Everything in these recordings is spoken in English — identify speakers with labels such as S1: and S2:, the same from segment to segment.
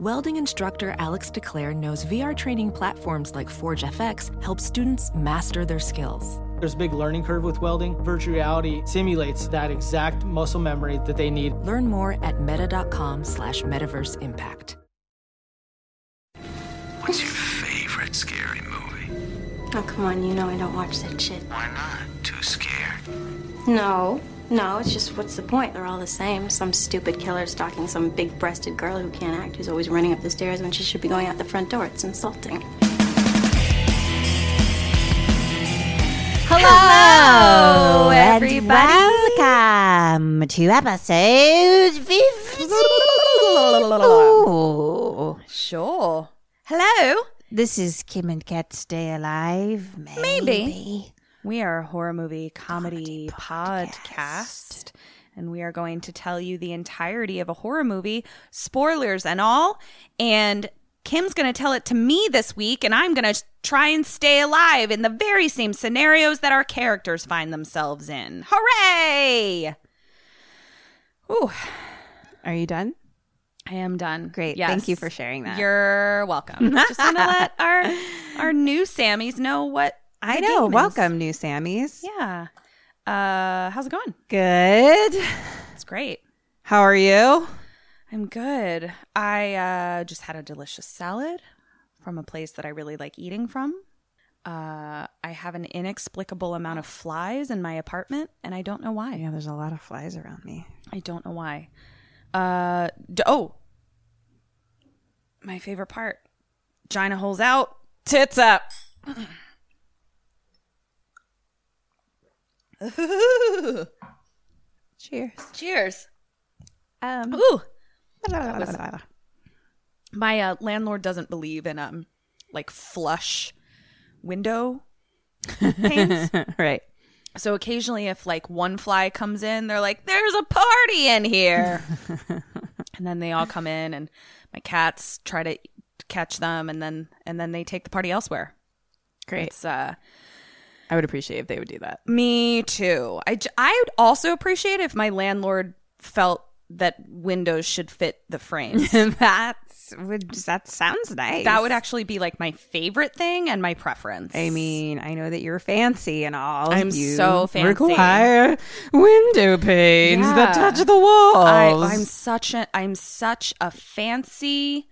S1: Welding instructor Alex DeClaire knows VR training platforms like Forge FX help students master their skills.
S2: There's a big learning curve with welding. Virtual reality simulates that exact muscle memory that they need.
S1: Learn more at meta.com slash metaverse impact.
S3: What's your favorite scary movie?
S4: Oh, come on, you know I don't watch that shit.
S3: Why not? Too scared?
S4: No, no, it's just what's the point? They're all the same. Some stupid killer stalking some big breasted girl who can't act, who's always running up the stairs when she should be going out the front door. It's insulting.
S5: Hello,
S6: everybody.
S5: And welcome to episode 50.
S6: Sure. Hello.
S5: This is Kim and Kat's Day Alive. Maybe.
S6: We are a horror movie comedy, podcast. and we are going to tell you the entirety of a horror movie, spoilers and all. And Kim's going to tell it to me this week, and I'm going to try and stay alive in the very same scenarios that our characters find themselves in. Hooray! Ooh,
S7: Are you done?
S6: I am done.
S7: Great. Thank you for sharing that.
S6: You're welcome. Just want to let our our new Sammys know what
S7: I
S6: the
S7: know.
S6: game is.
S7: Welcome, new Sammys.
S6: Yeah. Uh, how's it going?
S7: Good.
S6: It's great.
S7: How are you?
S6: I'm good. I uh, just had a delicious salad from a place that I really like eating from. Uh, I have an inexplicable amount of flies in my apartment, and I don't know why.
S7: Yeah, there's a lot of flies around me.
S6: I don't know why. Uh, d- oh, my favorite part: Gina holes out, tits up.
S7: Cheers.
S6: Cheers.
S7: Um,
S6: Ooh,
S7: that
S6: my uh, landlord doesn't believe in um, like flush window panes.
S7: was- right.
S6: so occasionally, if like one fly comes in, they're like, "There's a party in here," and then they all come in, and my cats try to catch them, and then and then they take the party elsewhere.
S7: Great.
S6: It's uh,
S7: I would appreciate if they would do that.
S6: Me too. I, j- I would also appreciate if my landlord felt that windows should fit the frames.
S7: That's would that sounds nice.
S6: that would actually be like my favorite thing and my preference.
S7: I mean, I know that you're fancy and all.
S6: I'm
S7: You
S6: so fancy.
S7: Require window panes that
S6: Yeah.
S7: touch the walls.
S6: I, I'm such a I'm such a fancy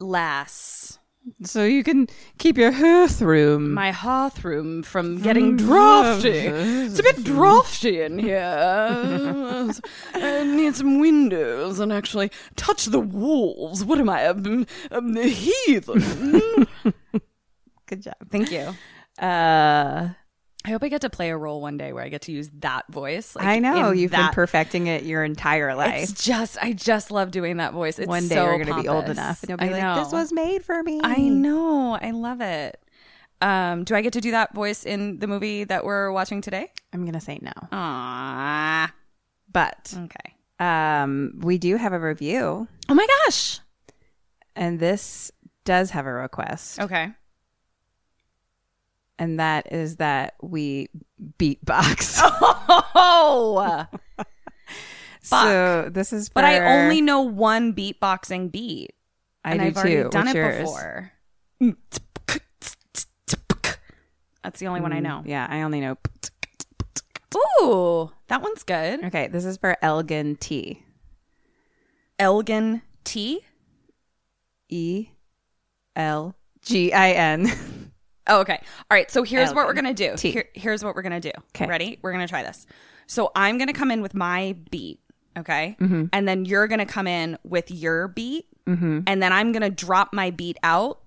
S6: lass.
S7: so you can keep your hearth room.
S6: My hearth room from
S7: Mm.
S6: getting drafty. It's a bit drafty in here. I need some windows and actually touch the walls. What am I? Um, um, the heathen.
S7: Good job.
S6: Thank you.
S7: Uh,
S6: I hope I get to play a role one day where I get to use that voice. like,
S7: I know
S6: in
S7: you've been
S6: that-
S7: perfecting it your entire life.
S6: It's just I just love doing that voice. It's
S7: One day
S6: so
S7: you're going to be old
S6: pompous.
S7: enough and you'll
S6: I
S7: be like, "This
S6: know.
S7: was made for me."
S6: I know. I love it. Um, do I get to do that voice in the movie that we're watching today?
S7: I'm going to say no,
S6: Ah.
S7: but
S6: Okay.
S7: um, we do have a review,
S6: Oh my gosh.
S7: and this does have a request,
S6: Okay.
S7: and that is that we beatbox.
S6: Oh.
S7: so this is,
S6: but I
S7: for-
S6: only know one beatboxing beat.
S7: I
S6: and
S7: do
S6: I've
S7: too.
S6: already done
S7: What's
S6: it
S7: yours? Mm,
S6: before. That's the only one I know.
S7: Yeah, I only know.
S6: Ooh, that one's good.
S7: Okay, this is for Elgin T
S6: Elgin T.
S7: E L G I N.
S6: Oh, okay. All right. So here's what we're
S7: Elgin
S6: gonna do.
S7: T.
S6: Here- here's what we're gonna do.
S7: 'Kay.
S6: Ready? We're gonna try this. So I'm gonna come in with my beat. Okay.
S7: Mm-hmm.
S6: And then you're gonna come in with your beat. And then I'm gonna drop my beat out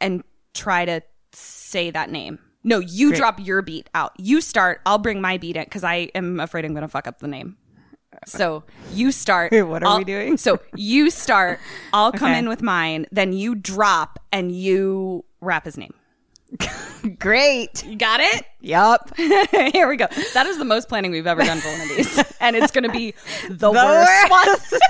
S6: and try to say that name. No, you drop your beat out. You start. I'll bring my beat in because I am afraid I'm gonna fuck up the name. So you start.
S7: What are we
S6: I'll-
S7: doing?
S6: So you start. I'll come
S7: Okay.
S6: in with mine. Then you drop and you rap his name.
S7: Great.
S6: You got it?
S7: Yup.
S6: Here we go. That is the most planning we've ever done for one of these. And it's going to be the, worst.
S7: worst one.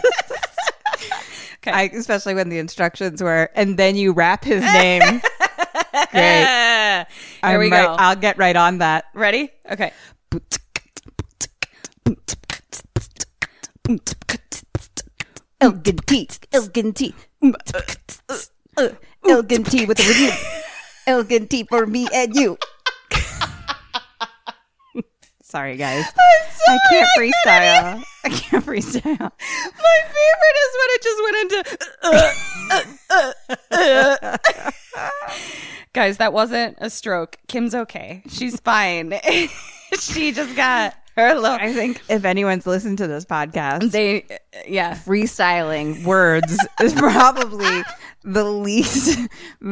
S7: I, especially when the instructions were, and then you rap his name. Great.
S6: There
S7: I
S6: we
S7: might-
S6: go.
S7: I'll get right on that.
S6: Ready? Okay.
S5: Elgin T. Elgin T. Uh, Elgin T with a review. Elgin T for me and you.
S7: Sorry, guys. I can't freestyle. I can't freestyle.
S6: My favorite is when it just went into. uh, Guys, that wasn't a stroke. Kim's okay. She's fine. she just got her little.
S7: I think if anyone's listened to this podcast,
S6: They, yeah.
S7: freestyling words is probably the least fun.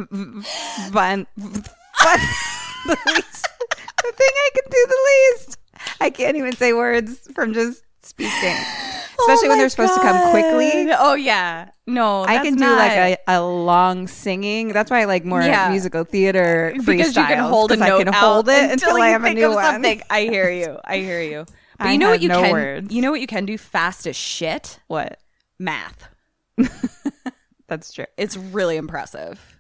S7: fun the least. The thing I can do the least. I can't even say words from just speaking, especially when they're supposed to come quickly.
S6: Oh, yeah. No,
S7: I
S6: that's
S7: can do
S6: not-
S7: like a, a long singing. That's why I like more
S6: Yeah. Uh,
S7: musical theater freestyles.
S6: because you can hold a
S7: 'cause
S6: note
S7: I can
S6: out
S7: hold it until,
S6: you
S7: I have a
S6: think
S7: new
S6: of
S7: one.
S6: something. I hear you. I hear you. But
S7: I
S6: you know what
S7: have
S6: you
S7: no
S6: can
S7: words.
S6: you know what you can do fast as shit?
S7: What?
S6: Math.
S7: That's true.
S6: It's really impressive.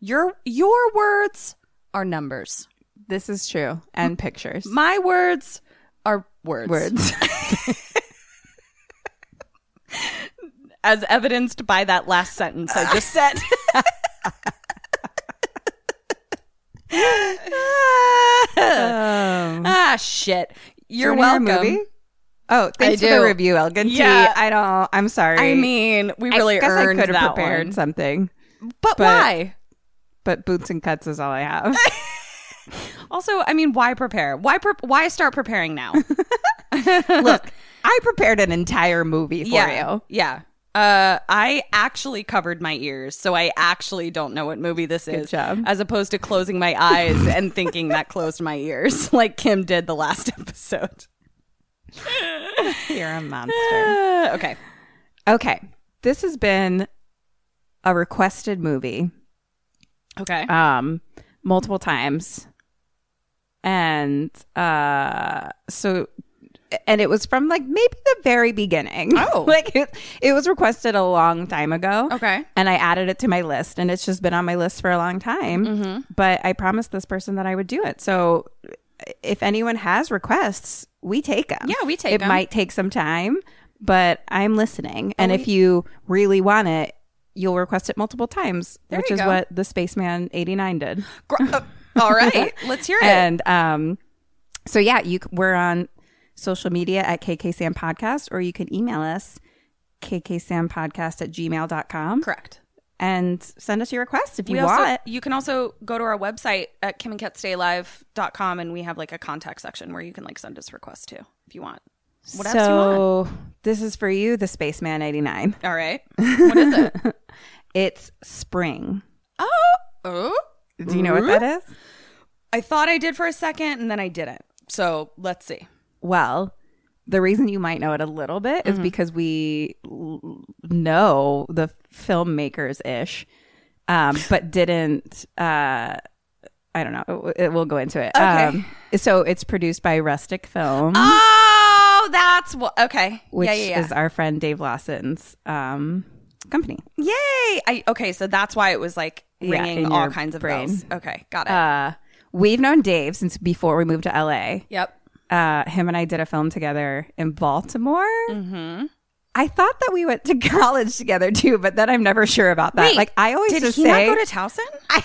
S6: Your your words are numbers.
S7: This is true.
S6: Mm.
S7: And pictures.
S6: My words are words.
S7: words.
S6: As evidenced by that last sentence I just said. ah shit. You're
S7: Do you wanna
S6: welcome.
S7: hear a movie? Oh, thanks for
S6: do.
S7: the review, Elgin T.
S6: Yeah.
S7: I don't. I'm sorry.
S6: I mean, we really
S7: I guess
S6: earned
S7: I could
S6: that
S7: have prepared
S6: one.
S7: something,
S6: But,
S7: but-
S6: why?
S7: but boots and cuts is all I have.
S6: Also, I mean, why prepare? Why pre- why start preparing now?
S7: I prepared an entire movie for
S6: yeah,
S7: you.
S6: yeah. Uh, I actually covered my ears, so I actually don't know what movie this is.
S7: job.
S6: As opposed to closing my eyes and thinking that closed my ears, like Kim did the last episode.
S7: You're a monster.
S6: Uh, okay,
S7: okay, this has been a requested movie,
S6: okay.
S7: um, multiple times, and uh, so. And it was from like maybe the very beginning.
S6: Oh.
S7: like it, it was requested a long time ago.
S6: Okay.
S7: and I added it to my list, and it's just been on my list for a long time.
S6: Mm-hmm.
S7: But I promised this person that I would do it. So if anyone has requests, we take them.
S6: Yeah, we take
S7: It
S6: 'em. Oh,
S7: might take some time, but I'm listening. and if you really want it, you'll request it multiple times, which
S6: you
S7: is
S6: go.
S7: what the Spaceman 89 did.
S6: Gr- uh, all right, let's hear it.
S7: And um, so yeah, you c- we're on social media at KKSAM Podcast, or you can email us kksampodcast at gmail.com
S6: Correct.
S7: and send us your requests if you
S6: we
S7: want.
S6: also you can also go to our website at kimandketstaylive.com and we have like a contact section where you can like send us requests too if you want what
S7: so,
S6: else you want
S7: this is for you, the Spaceman 89.
S6: all right what is it
S7: It's spring.
S6: oh oh
S7: Do you know what that
S6: Mm-hmm.
S7: is?
S6: i thought i did for a second and then i didn't so let's see
S7: Well, the reason you might know it a little bit
S6: Mm-hmm.
S7: is because we l- know the filmmakers ish, um, but didn't. Uh, I don't know. It, it- we'll go into it. Um, so it's produced by Rustic Film,
S6: oh that's what okay
S7: which
S6: yeah yeah, yeah.
S7: is our friend Dave Lawson's um, company.
S6: yay I, okay so that's why it was like
S7: Yeah,
S6: ringing
S7: in
S6: all
S7: your
S6: kinds of
S7: brain. Uh,
S6: bells okay got it
S7: We've known Dave since before we moved to LA.
S6: yep
S7: uh, him and I did a film together in Baltimore.
S6: Mm-hmm.
S7: I thought that we went to college together too, but then I'm never sure about that.
S6: Wait,
S7: like I always
S6: did
S7: just
S6: he
S7: say,
S6: not go to towson i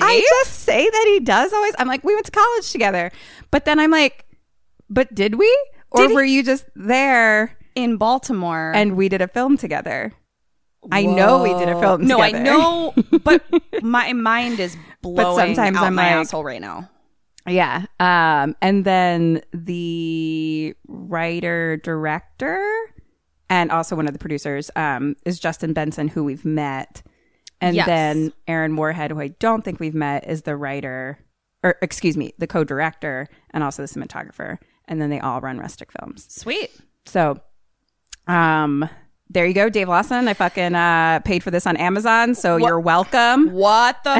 S7: I just say that he does always. I'm like, we went to college together, but then I'm like, but did we? Or
S6: Did he-
S7: were you just there
S6: in baltimore
S7: and we did a film together? I know we did a film.
S6: No, I
S7: together.
S6: know, but my mind is blowing
S7: sometimes
S6: out
S7: I'm
S6: my
S7: like-
S6: asshole right now.
S7: Yeah. Um, and then the writer director and also one of the producers um, is Justin Benson, who we've met. And
S6: Yes.
S7: then Aaron Moorhead, who I don't think we've met, is the writer, or excuse me, the co director and also the cinematographer. and then they all run rustic films.
S6: Sweet.
S7: So, um, there you go, Dave Lawson. I fucking uh, paid for this on Amazon, so you're welcome. Oh.
S6: What the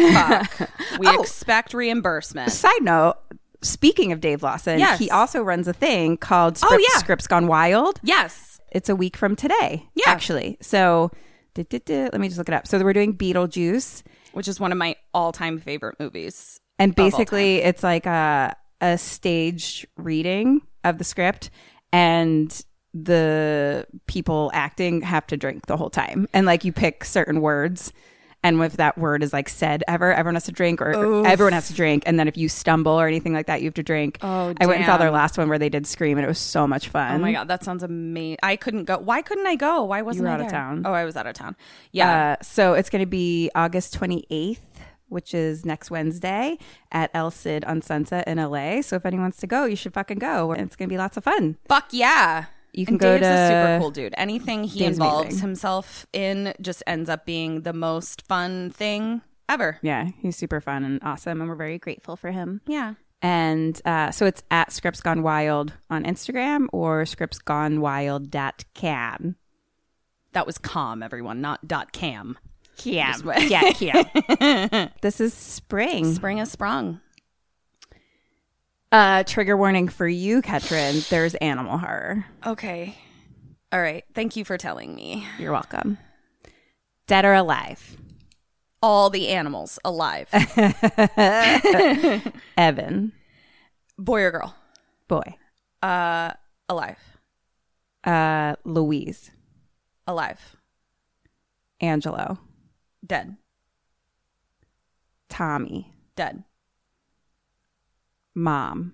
S6: fuck? we expect reimbursement.
S7: Side note. Speaking of Dave Lawson,
S6: Yes. Oh,
S7: he also runs a thing called Script,
S6: yeah.
S7: Scripts Gone Wild.
S6: Yes.
S7: It's a week from today,
S6: Yeah.
S7: actually. So, duh, duh, duh, let me just look it up. So, we're doing Beetlejuice.
S6: Which is one of my all time favorite movies.
S7: and basically it's like a a staged reading of the script and the people acting have to drink the whole time and like you pick certain words and if that word is like said ever everyone has to drink or everyone has to drink and then if you stumble or anything like that you have to drink oh i went and saw their last one where they did scream and it was so much fun
S6: Oh my god, that sounds amazing. I couldn't go. Why couldn't I go? Why wasn't
S7: were
S6: I
S7: out of
S6: there?
S7: town.
S6: Oh, I was out of town. Yeah.
S7: Uh, so it's going to be August 28th, which is next Wednesday at El Cid on Sunset in LA. So if anyone wants to go, you should fucking go. It's going to be lots of fun.
S6: Fuck yeah.
S7: You can
S6: and
S7: go
S6: Dave's a super
S7: to-
S6: cool dude. Anything he
S7: Dave's
S6: involves
S7: amazing.
S6: himself in just ends up being the most fun thing ever.
S7: Yeah, he's super fun and awesome, and we're very grateful for him.
S6: Yeah.
S7: And uh, so it's at Scripts Gone Wild on Instagram or scriptsgonewild.com.
S6: That was calm, everyone, not dot cam.
S7: Yeah, yeah, yeah. this is spring.
S6: Spring is sprung.
S7: Uh, trigger warning for you, Ketrin. There's animal horror.
S6: Okay. All right. Thank you for telling me.
S7: You're welcome. Dead or alive,
S6: All the animals alive.
S7: Evan.
S6: Boy or girl?
S7: boy
S6: Alive.
S7: uh louise
S6: Alive.
S7: angelo
S6: Dead.
S7: tommy
S6: Dead.
S7: mom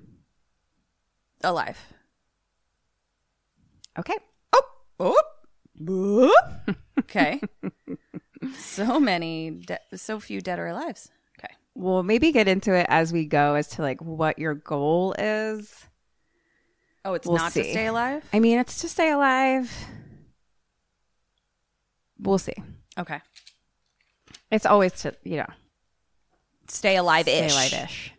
S6: Alive.
S7: okay
S6: Oh. Oh. Okay. so many, de- so few dead or alives. Okay.
S7: we'll maybe get into it as we go as to like what your goal is
S6: Oh, it's
S7: We'll
S6: not to
S7: see.
S6: stay alive?
S7: i mean it's to stay alive we'll see
S6: Okay.
S7: it's always to you know
S6: Stay alive
S7: stay
S6: ish.
S7: alive-ish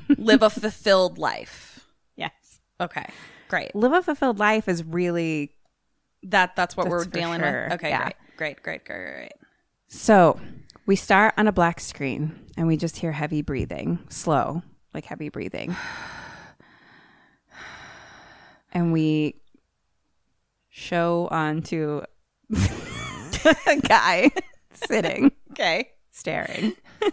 S6: Live a fulfilled life.
S7: yes
S6: Okay. Great.
S7: live a fulfilled life is really
S6: That that's what
S7: That's
S6: we're
S7: for
S6: dealing
S7: sure.
S6: with. Okay,
S7: Yeah.
S6: great. Great, great, great, great, great.
S7: so we start on a black screen and we just hear heavy breathing slow like heavy breathing and we show onto a guy sitting, okay, staring. and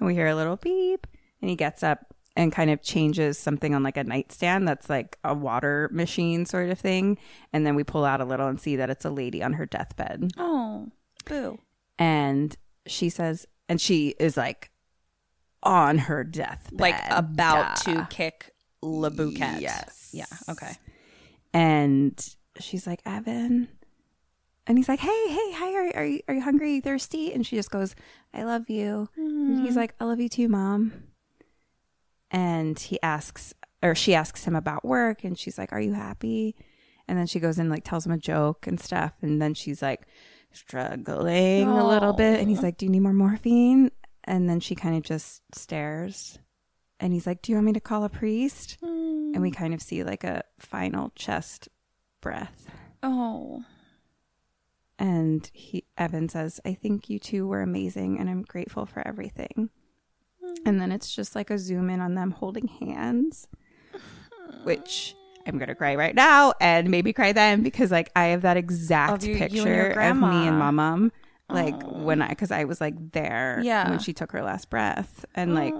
S7: we hear a little beep, and he gets up and kind of changes something on like a nightstand that's like a water machine sort of thing. And then we pull out a little and see that it's a lady on her deathbed. Oh, boo. And she says, and she is like on her deathbed.
S6: Like about to kick La Bouquette. Yes. Yeah. Okay.
S7: and she's like evan and he's like hey hey hi are, are, you, are you hungry thirsty and she just goes i love you and he's like i love you too mom and he asks or she asks him about work and she's like are you happy and then she goes and like tells him a joke and stuff and then she's like struggling a little bit and he's like do you need more morphine and then she kind of just stares and he's like do you want me to call a priest and we kind of see like a final chest breath.
S6: Oh.
S7: And he Evan says, "I think you two were amazing, and I'm grateful for everything." And then it's just like a zoom in on them holding hands, which I'm gonna cry right now and maybe cry then because like I have that exact
S6: Of you- you and your
S7: picture of
S6: grandma.
S7: me and my mom, like when I because I was like there
S6: Yeah.
S7: when she took her last breath, and like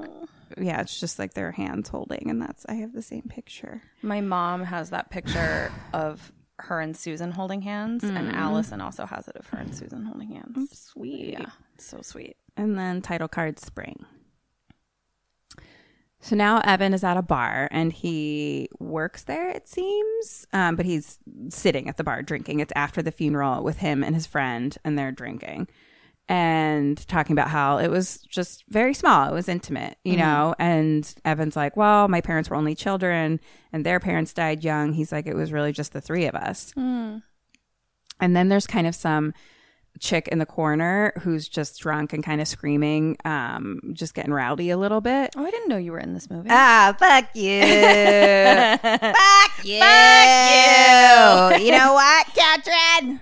S7: yeah, it's just like their hands holding, and that's I have the same picture.
S6: My mom has that picture of her and Susan holding hands, and
S7: Mm-hmm.
S6: Allison also has it of her and Susan holding hands. Sweet. Yeah. it's So sweet.
S7: and then title card spring. So now Evan is at a bar and he works there, it seems, um, but he's sitting at the bar drinking. It's after the funeral with him and his friend, and they're drinking and talking about how it was just very small. It was intimate, you know? And Evan's like, Well, my parents were only children and their parents died young. He's like, It was really just the three of us. And then there's kind of some chick in the corner who's just drunk and kind of screaming, um, just getting rowdy a little bit.
S6: Oh, I didn't know you were in this movie.
S5: Ah, fuck you. fuck you. Fuck you. You know what, Catherine?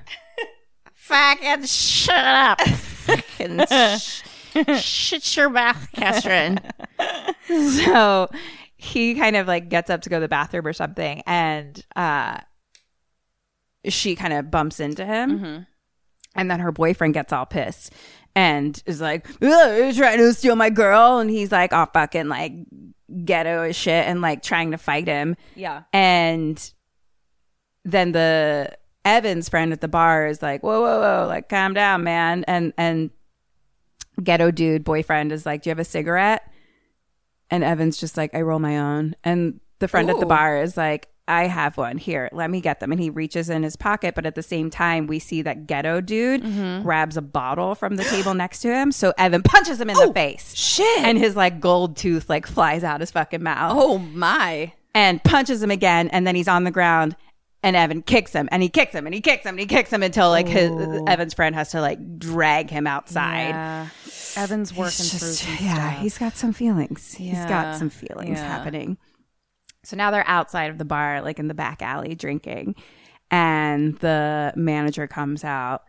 S5: Fucking shut up. Fucking sh- shut your mouth, Catherine.
S7: so he kind of like gets up to go to the bathroom or something and uh she kind of bumps into him
S5: Mm-hmm.
S7: and then her boyfriend gets all pissed and is like "Ugh, you're trying to steal my girl and he's like all fucking like ghetto as shit and like trying to fight him
S6: Yeah.
S7: and then the Evan's friend at the bar is like, "Whoa, whoa, whoa! Like, calm down, man." And and ghetto dude boyfriend is like, "Do you have a cigarette?" And Evan's just like, "I roll my own." And the friend at the bar is like, "I have one here. Let me get them." And he reaches in his pocket, but at the same time, we see that ghetto dude
S6: Mm-hmm.
S7: grabs a bottle from the table next to him. So Evan punches him in the face,
S6: shit.
S7: and his like gold tooth like flies out his fucking mouth
S6: Oh my.
S7: and punches him again and then he's on the ground and Evan kicks him and he kicks him and he kicks him and he kicks him until like his Evan's friend has to like drag him outside.
S6: Yeah. Evan's working through some
S7: yeah,
S6: stuff.
S7: he's got some feelings. He's
S6: Yeah.
S7: got some feelings
S6: Yeah.
S7: happening. So now they're outside of the bar, like in the back alley drinking. And the manager comes out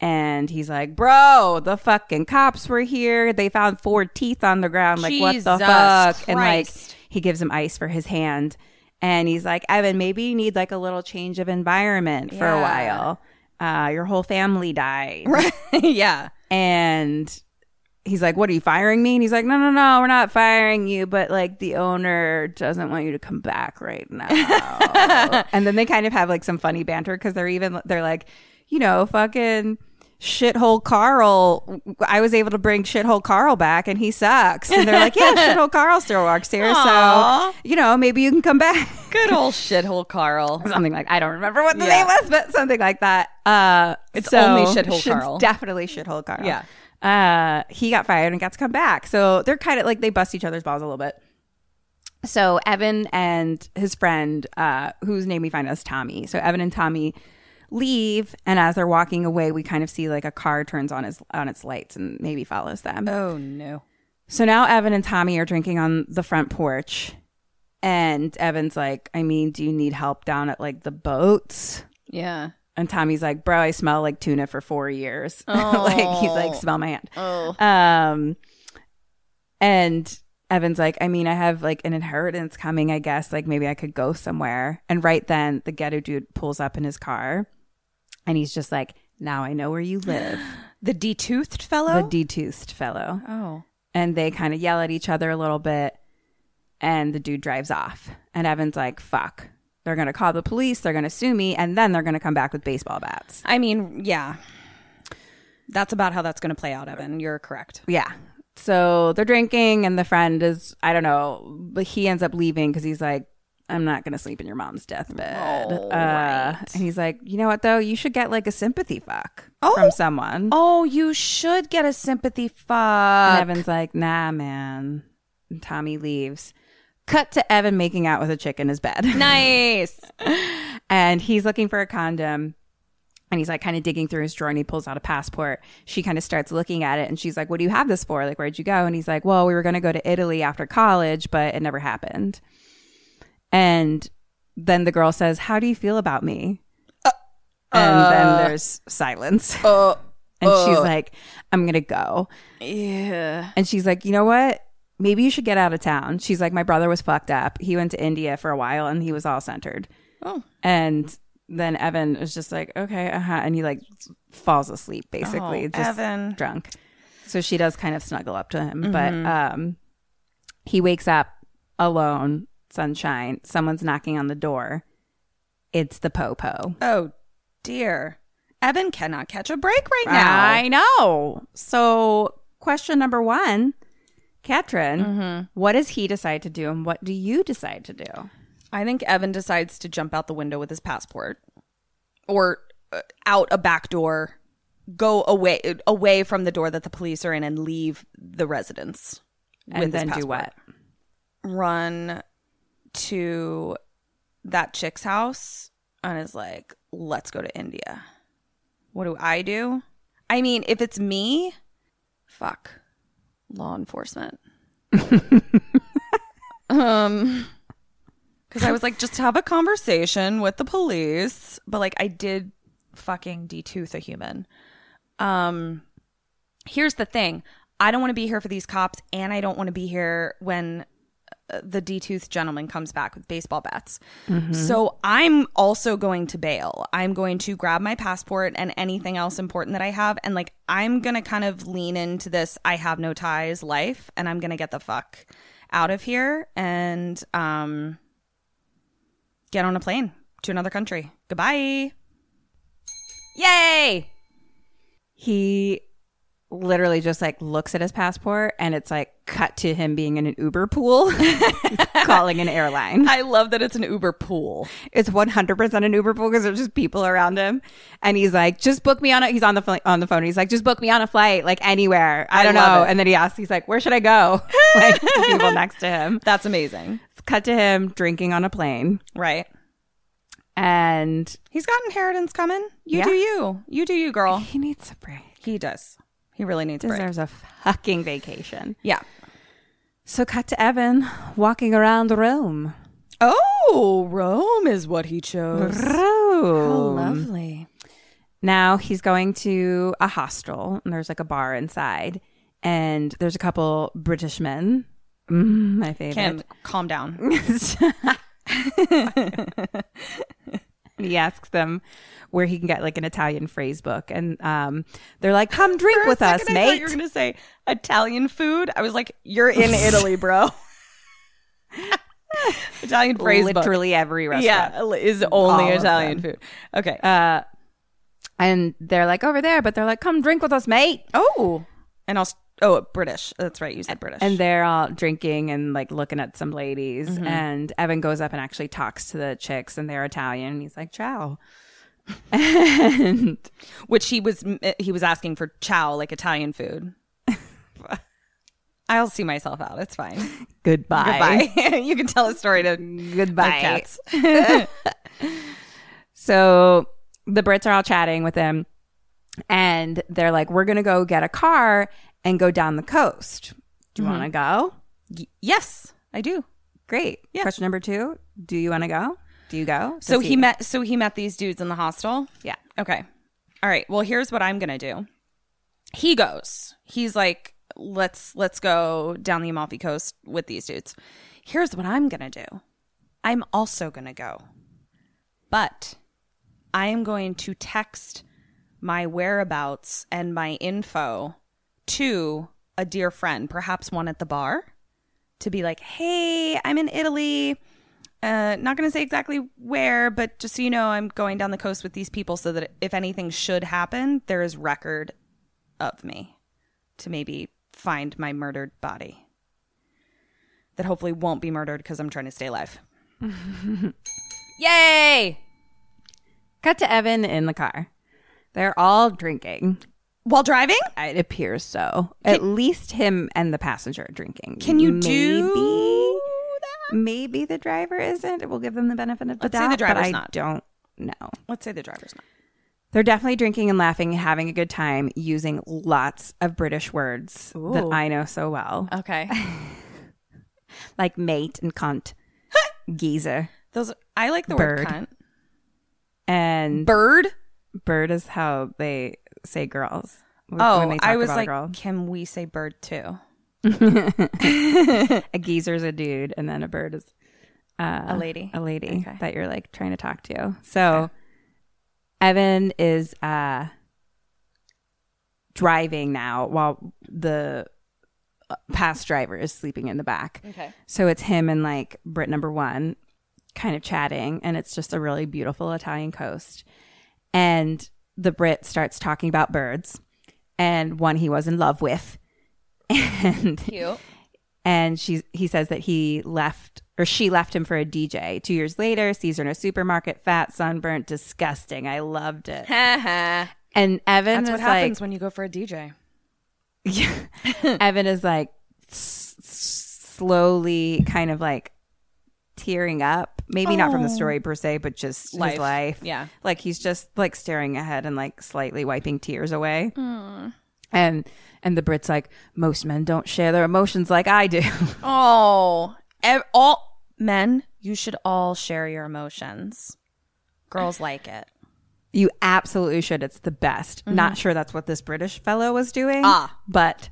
S7: and he's like, Bro, the fucking cops were here. They found four teeth on the ground. Like, what
S6: Jesus
S7: the fuck? And like,
S6: Christ.
S7: he gives him ice for his hand. And he's like, Evan, maybe you need like a little change of environment for a
S6: Yeah.
S7: while. Uh, your whole family died.
S6: yeah.
S7: And he's like, What are you firing me? And he's like, No, no, no, we're not firing you, but like the owner doesn't want you to come back right now. and then they kind of have like some funny banter because they're even, they're like, You know, fucking shithole Carl. I was able to bring shithole Carl back and he sucks. And they're like, Yeah, shithole Carl still works here.
S6: Aw.
S7: So, you know, maybe you can come back
S6: Good old shithole Carl.
S7: something like I don't remember what the
S6: Yeah.
S7: name was, but something like that. Uh,
S6: It's only Shithole
S7: should-
S6: Carl.
S7: Definitely shithole Carl.
S6: Yeah.
S7: Uh, he got fired and got to come back, so they're kind of like they bust each other's balls a little bit. So Evan and his friend, uh, whose name we find as Tommy. So Evan and Tommy leave, and as they're walking away, we kind of see like a car turns on his on its lights and maybe follows them.
S6: Oh no.
S7: So now Evan and Tommy are drinking on the front porch. And Evan's like, I mean, do you need help down at like the boats?
S6: Yeah.
S7: And Tommy's like, bro, I smell like tuna for four years. like he's like, smell my hand.
S6: Oh.
S7: Um, and Evan's like, I mean, I have like an inheritance coming, I guess. Like maybe I could go somewhere. And right then, the ghetto dude pulls up in his car, and he's just like, now I know where you live,
S6: The detoothed fellow?
S7: the detoothed fellow
S6: oh.
S7: and they kind of yell at each other a little bit and the dude drives off and evan's like fuck they're gonna call the police they're gonna sue me and then they're gonna come back with baseball bats
S6: I mean, yeah. That's about how that's going to play out, Evan. You're correct.
S7: yeah so they're drinking and the friend is i don't know but he ends up leaving because he's like i'm not gonna sleep in your mom's deathbed
S6: Oh,
S7: uh, and he's like you know what though you should get like a sympathy fuck from someone
S6: Oh, you should get a sympathy fuck.
S7: And Evan's like, nah, man. And Tommy leaves. Cut to Evan making out with a chick in his bed.
S6: Nice.
S7: and he's looking for a condom. And he's like kind of digging through his drawer and he pulls out a passport. She kind of starts looking at it and she's like, What do you have this for? Like, where'd you go? And he's like, Well, we were going to go to Italy after college, but it never happened. And then the girl says, How do you feel about me?
S6: Uh,
S7: and then there's silence. and she's like, I'm going to go.
S6: uh. yeah.
S7: And she's like, you know what? Maybe you should get out of town. She's like, my brother was fucked up. He went to India for a while and he was all centered.
S6: Oh.
S7: And then Evan is just like, okay, uh huh. And he like falls asleep basically,
S6: Oh,
S7: just
S6: Evan.
S7: drunk. So she does kind of snuggle up to him. But um, he wakes up alone, sunshine. Someone's knocking on the door. It's the Popo.
S6: Oh, dear. Evan cannot catch a break right now.
S7: I know. So, question number one, Katrin, what does he decide to do and what do you decide to do?
S6: I think Evan decides to jump out the window with his passport or uh, out a back door, go away away from the door that the police are in and leave the residence.
S7: And
S6: with his
S7: then do
S6: passport.
S7: what?
S6: Run to that chick's house and is like, "Let's go to India." What do I do? I mean, if it's me, fuck law enforcement. um, because I was like, just have a conversation with the police, but like I did fucking detooth a human. Um, here's the thing: I don't want to be here for these cops, and I don't want to be here when uh, the detoothed gentleman comes back with baseball bats. So I'm also going to bail. I'm going to grab my passport and anything else important that I have. And like, I'm going to kind of lean into this I have no ties life and I'm going to get the fuck out of here and um, get on a plane to another country. Goodbye. Yay.
S7: He literally just like looks at his passport and it's like cut to him being in an Uber pool calling an airline.
S6: I love that it's an Uber pool.
S7: It's 100% an Uber pool because there's just people around him and he's like just book me on a he's on the phone on the phone he's like just book me on a flight like anywhere. I, don't
S6: love
S7: know.
S6: it.
S7: And then he asks he's like where should I go? like the people next to him.
S6: That's amazing.
S7: Cut to him drinking on a plane
S6: Right.
S7: and
S6: He's got inheritance coming. You
S7: Yeah.
S6: do you. You do you, girl.
S7: he needs a break.
S6: He does. He really needs a break.
S7: Deserves a fucking vacation.
S6: Yeah.
S7: So cut to Evan walking around Rome.
S6: Oh, Rome is what he chose.
S7: Rome.
S6: Lovely.
S7: Now he's going to a hostel and there's like a bar inside and there's a couple British men. Mm, my
S6: Kim,
S7: favorite.
S6: calm down.
S7: And he asks them where he can get like an Italian phrase book and um, they're like, come drink with us, mate.
S6: you were gonna say Italian food. I was like, you're in Italy, bro. Italian phrase book.
S7: Literally every restaurant.
S6: Yeah, is only
S7: All of
S6: Italian
S7: them.
S6: food. Okay.
S7: And they're like over there, but they're like, come drink with us, mate.
S6: oh, and also oh British. That's right. You said British.
S7: And they're all drinking and like looking at some ladies.
S6: Mm-hmm.
S7: And Evan goes up and actually talks to the chicks, and they're Italian. And he's like, ciao. and
S6: which he was eh, he was asking for chow like Italian food. I'll see myself out. It's fine.
S7: goodbye.
S6: Goodbye. you can tell a story to goodbye
S7: Goodbye. So the Brits are all chatting with him. And they're like, we're going to go get a car er, and go down the coast. Do you want to go?
S6: Mm-hmm. Yes, I do.
S7: Great.
S6: Yeah.
S7: Question number two Do you want to go? Do you go? Does
S6: So he met so he met these dudes in the hostel.
S7: Yeah.
S6: Okay. All right. Well, here's what I'm gonna do. He goes. He's like, let's let's go down the Amalfi Coast with these dudes. Here's what I'm gonna do. I'm also gonna go. But I am going to text my whereabouts and my info to a dear friend, perhaps one at the bar, to be like, hey, I'm in Italy uh, not going to say exactly where, but just so you know, I'm going down the coast with these people so that if anything should happen, there is record of me to maybe find my murdered body that hopefully won't be murdered because I'm trying to stay alive. Yay!
S7: Cut to Evan in the car. They're all drinking.
S6: While driving?
S7: It appears so. At least him and the passenger are drinking.
S6: Can you
S7: maybe,
S6: do
S7: Maybe the driver isn't. We'll give them the benefit of the
S6: Let's say
S7: doubt.
S6: the
S7: but
S6: driver's
S7: I
S6: not.
S7: don't know.
S6: Let's say the driver's not.
S7: They're definitely drinking and laughing and having a good time using lots of British words that I know so well,
S6: Okay.
S7: like mate and cunt, geezer,
S6: Those I like the word
S7: Bird.
S6: cunt.
S7: and
S6: Bird?
S7: bird is how they say girls. when
S6: Oh,
S7: they talk
S6: I was
S7: about a
S6: like,
S7: girl.
S6: can we say bird too?
S7: a geezer's a dude, and then a bird is
S6: a lady.
S7: Uh, a lady
S6: Okay.
S7: that you're like trying to talk to. So Evan is uh driving now while the uh, past driver is sleeping in the back. Okay. So it's him and like Brit number 1 kind of chatting and it's just a really beautiful Italian coast. And the Brit starts talking about birds and one he was in love with. And and she's he says that he left or she left him for a DJ. Two years later, sees her in a supermarket, fat, sunburnt, disgusting. I loved it. and Evan
S6: That's
S7: is like,
S6: what happens when you go for a DJ.
S7: Evan is like s- s- slowly kind of like tearing up. Maybe not from the story per se, but just
S6: Oh. Life.
S7: his life.
S6: Yeah.
S7: Like he's just like staring ahead and like slightly wiping tears away.
S6: Mm.
S7: And and the Brit's like, most men don't share their emotions like I do.
S6: Oh, ev- all men, you should all share your emotions. Girls like it.
S7: you absolutely should. It's the best. Not sure that's what this British fellow was doing. Ah. But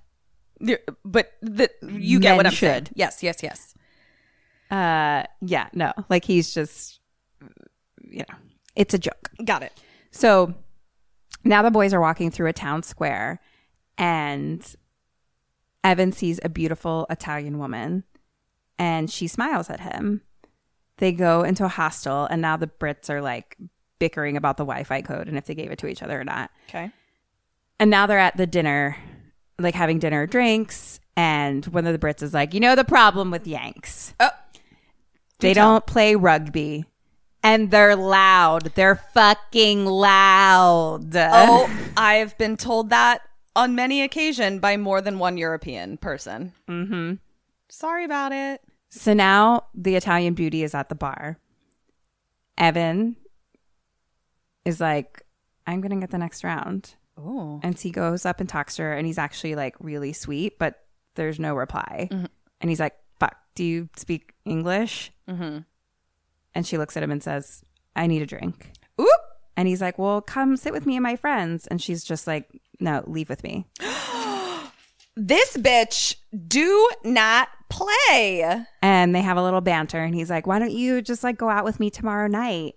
S6: But the, you get
S7: Men
S6: what I'm
S7: should.
S6: saying. Yes, yes, yes.
S7: yeah, no. Like he's just you know, it's a joke.
S6: Got it.
S7: So now the boys are walking through a town square and Evan sees a beautiful Italian woman and she smiles at him. They go into a hostel and now the Brits are like bickering about the Wi Fi code and if they gave it to each other or not.
S6: Okay.
S7: And now they're at the dinner, like having dinner drinks. And one of the Brits is like, you know, the problem with Yanks.
S6: Oh.
S7: they don't play rugby. And they're loud. They're fucking loud.
S6: Oh, I've been told that on many occasion by more than one European person. Mm-hmm. Sorry about it.
S7: So now the Italian beauty is at the bar. Evan is like, I'm going to get the next round.
S6: Oh.
S7: And he goes up and talks to her, and he's actually like really sweet, but there's no reply. And he's like, Fuck, do you speak English? Mm-hmm. And she looks at him and says, I need a drink.
S6: Oop.
S7: And he's like, Well, come sit with me and my friends. And she's just like, No, leave with me.
S6: This bitch do not play.
S7: and they have a little banter and he's like why don't you just like go out with me tomorrow night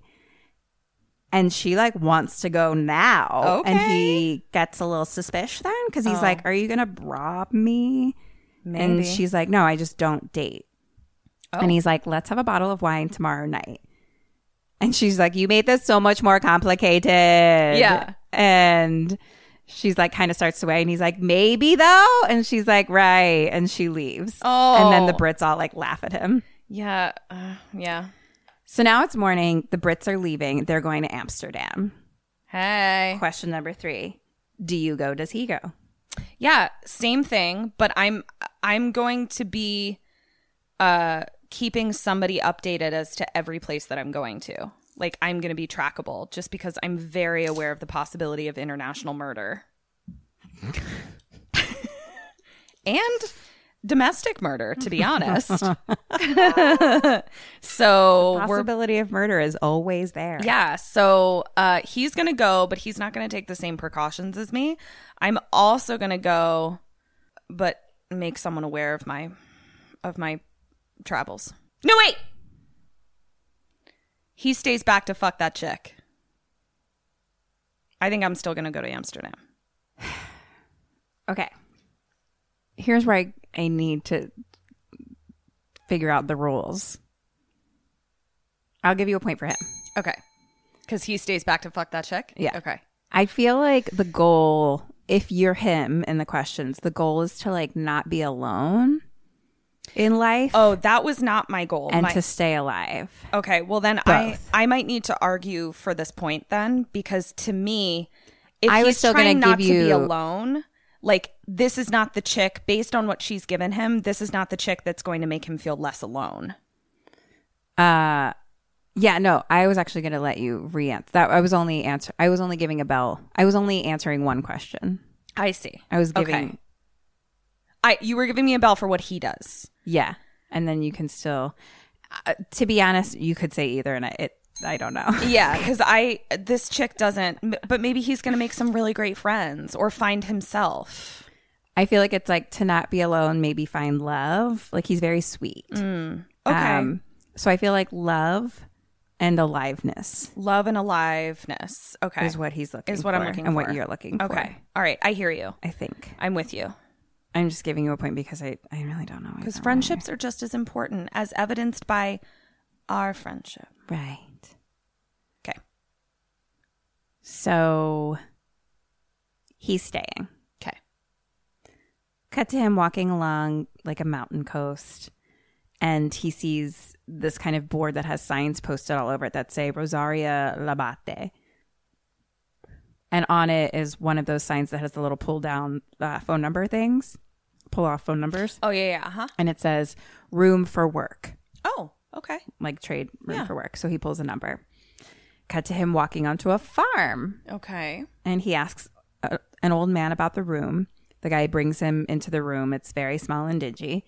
S7: and she like wants to go now and
S6: Okay.
S7: he gets a little suspicious then because he's like are you gonna rob me and she's like no i just don't date and he's like let's have a bottle of wine tomorrow night and she's like you made this so much more complicated yeah and she's like kind of starts away and he's like maybe though and she's like right and she leaves and then the brits all like laugh at him
S6: Yeah. Uh, yeah.
S7: so now it's morning the brits are leaving they're going to amsterdam
S6: Hey.
S7: question number three do you go does he go
S6: Yeah, same thing, but I'm I'm going to be uh keeping somebody updated as to every place that I'm going to. Like I'm going to be trackable just because I'm very aware of the possibility of international murder. and domestic murder, to be honest. so we're
S7: possibility of murder is always there
S6: yeah. So uh, he's going to go, but he's not going to take the same precautions as me. I'm also going to go, but make someone aware of my of my travels. No, wait. He stays back to fuck that chick. I think I'm still going to go to Amsterdam.
S7: okay here's where I, I need to figure out the rules i'll give you a point for him
S6: Okay. Because he stays back to fuck that chick?
S7: Yeah.
S6: Okay.
S7: I feel like the goal, if you're him in the questions, the goal is to like not be alone in life
S6: Oh, that was not my goal.
S7: and
S6: my-
S7: to stay alive.
S6: Okay, well then I I might need to argue for this point then because to me, if
S7: I was
S6: he's
S7: still gonna
S6: trying not
S7: give
S6: to be
S7: you-
S6: alone, like this is not the chick based on what she's given him. This is not the chick that's going to make him feel less alone.
S7: Yeah, no, I was actually going to let you re-answer that. I was only answer. I was only giving a bell. I was only answering one question.
S6: I see.
S7: I was giving,
S6: I you were giving me a bell for what he does.
S7: yeah, and then you can still. Uh, to be honest, you could say either, and I, it. I don't know.
S6: Yeah, because I this chick doesn't, m- but maybe he's going to make some really great friends or find himself.
S7: I feel like it's like to not be alone, maybe find love. Like he's very sweet.
S6: Mm. Okay,
S7: Um, so I feel like love and aliveness
S6: love and aliveness. Okay,
S7: is what he's looking
S6: is what
S7: for
S6: I'm looking
S7: and
S6: for.
S7: what you're looking for.
S6: Okay, all right, I hear you.
S7: I think.
S6: I'm with you.
S7: I'm just giving you a point because I, I really don't know.
S6: Because
S7: either
S6: friendships are just as important as evidenced by our friendship.
S7: way. Right.
S6: Okay.
S7: So he's staying.
S6: Okay.
S7: Cut to him walking along like a mountain coast and he sees this kind of board that has signs posted all over it that say Rosaria Labate. And on it is one of those signs that has the little pull down uh, phone number things, pull off phone numbers.
S6: Oh, yeah, yeah. Uh huh.
S7: And it says room for work.
S6: Oh, Okay.
S7: like trade room for work. So he pulls a number. Cut to him walking onto a farm,
S6: Okay.
S7: and he asks uh an old man about the room. The guy brings him into the room. It's very small and dingy.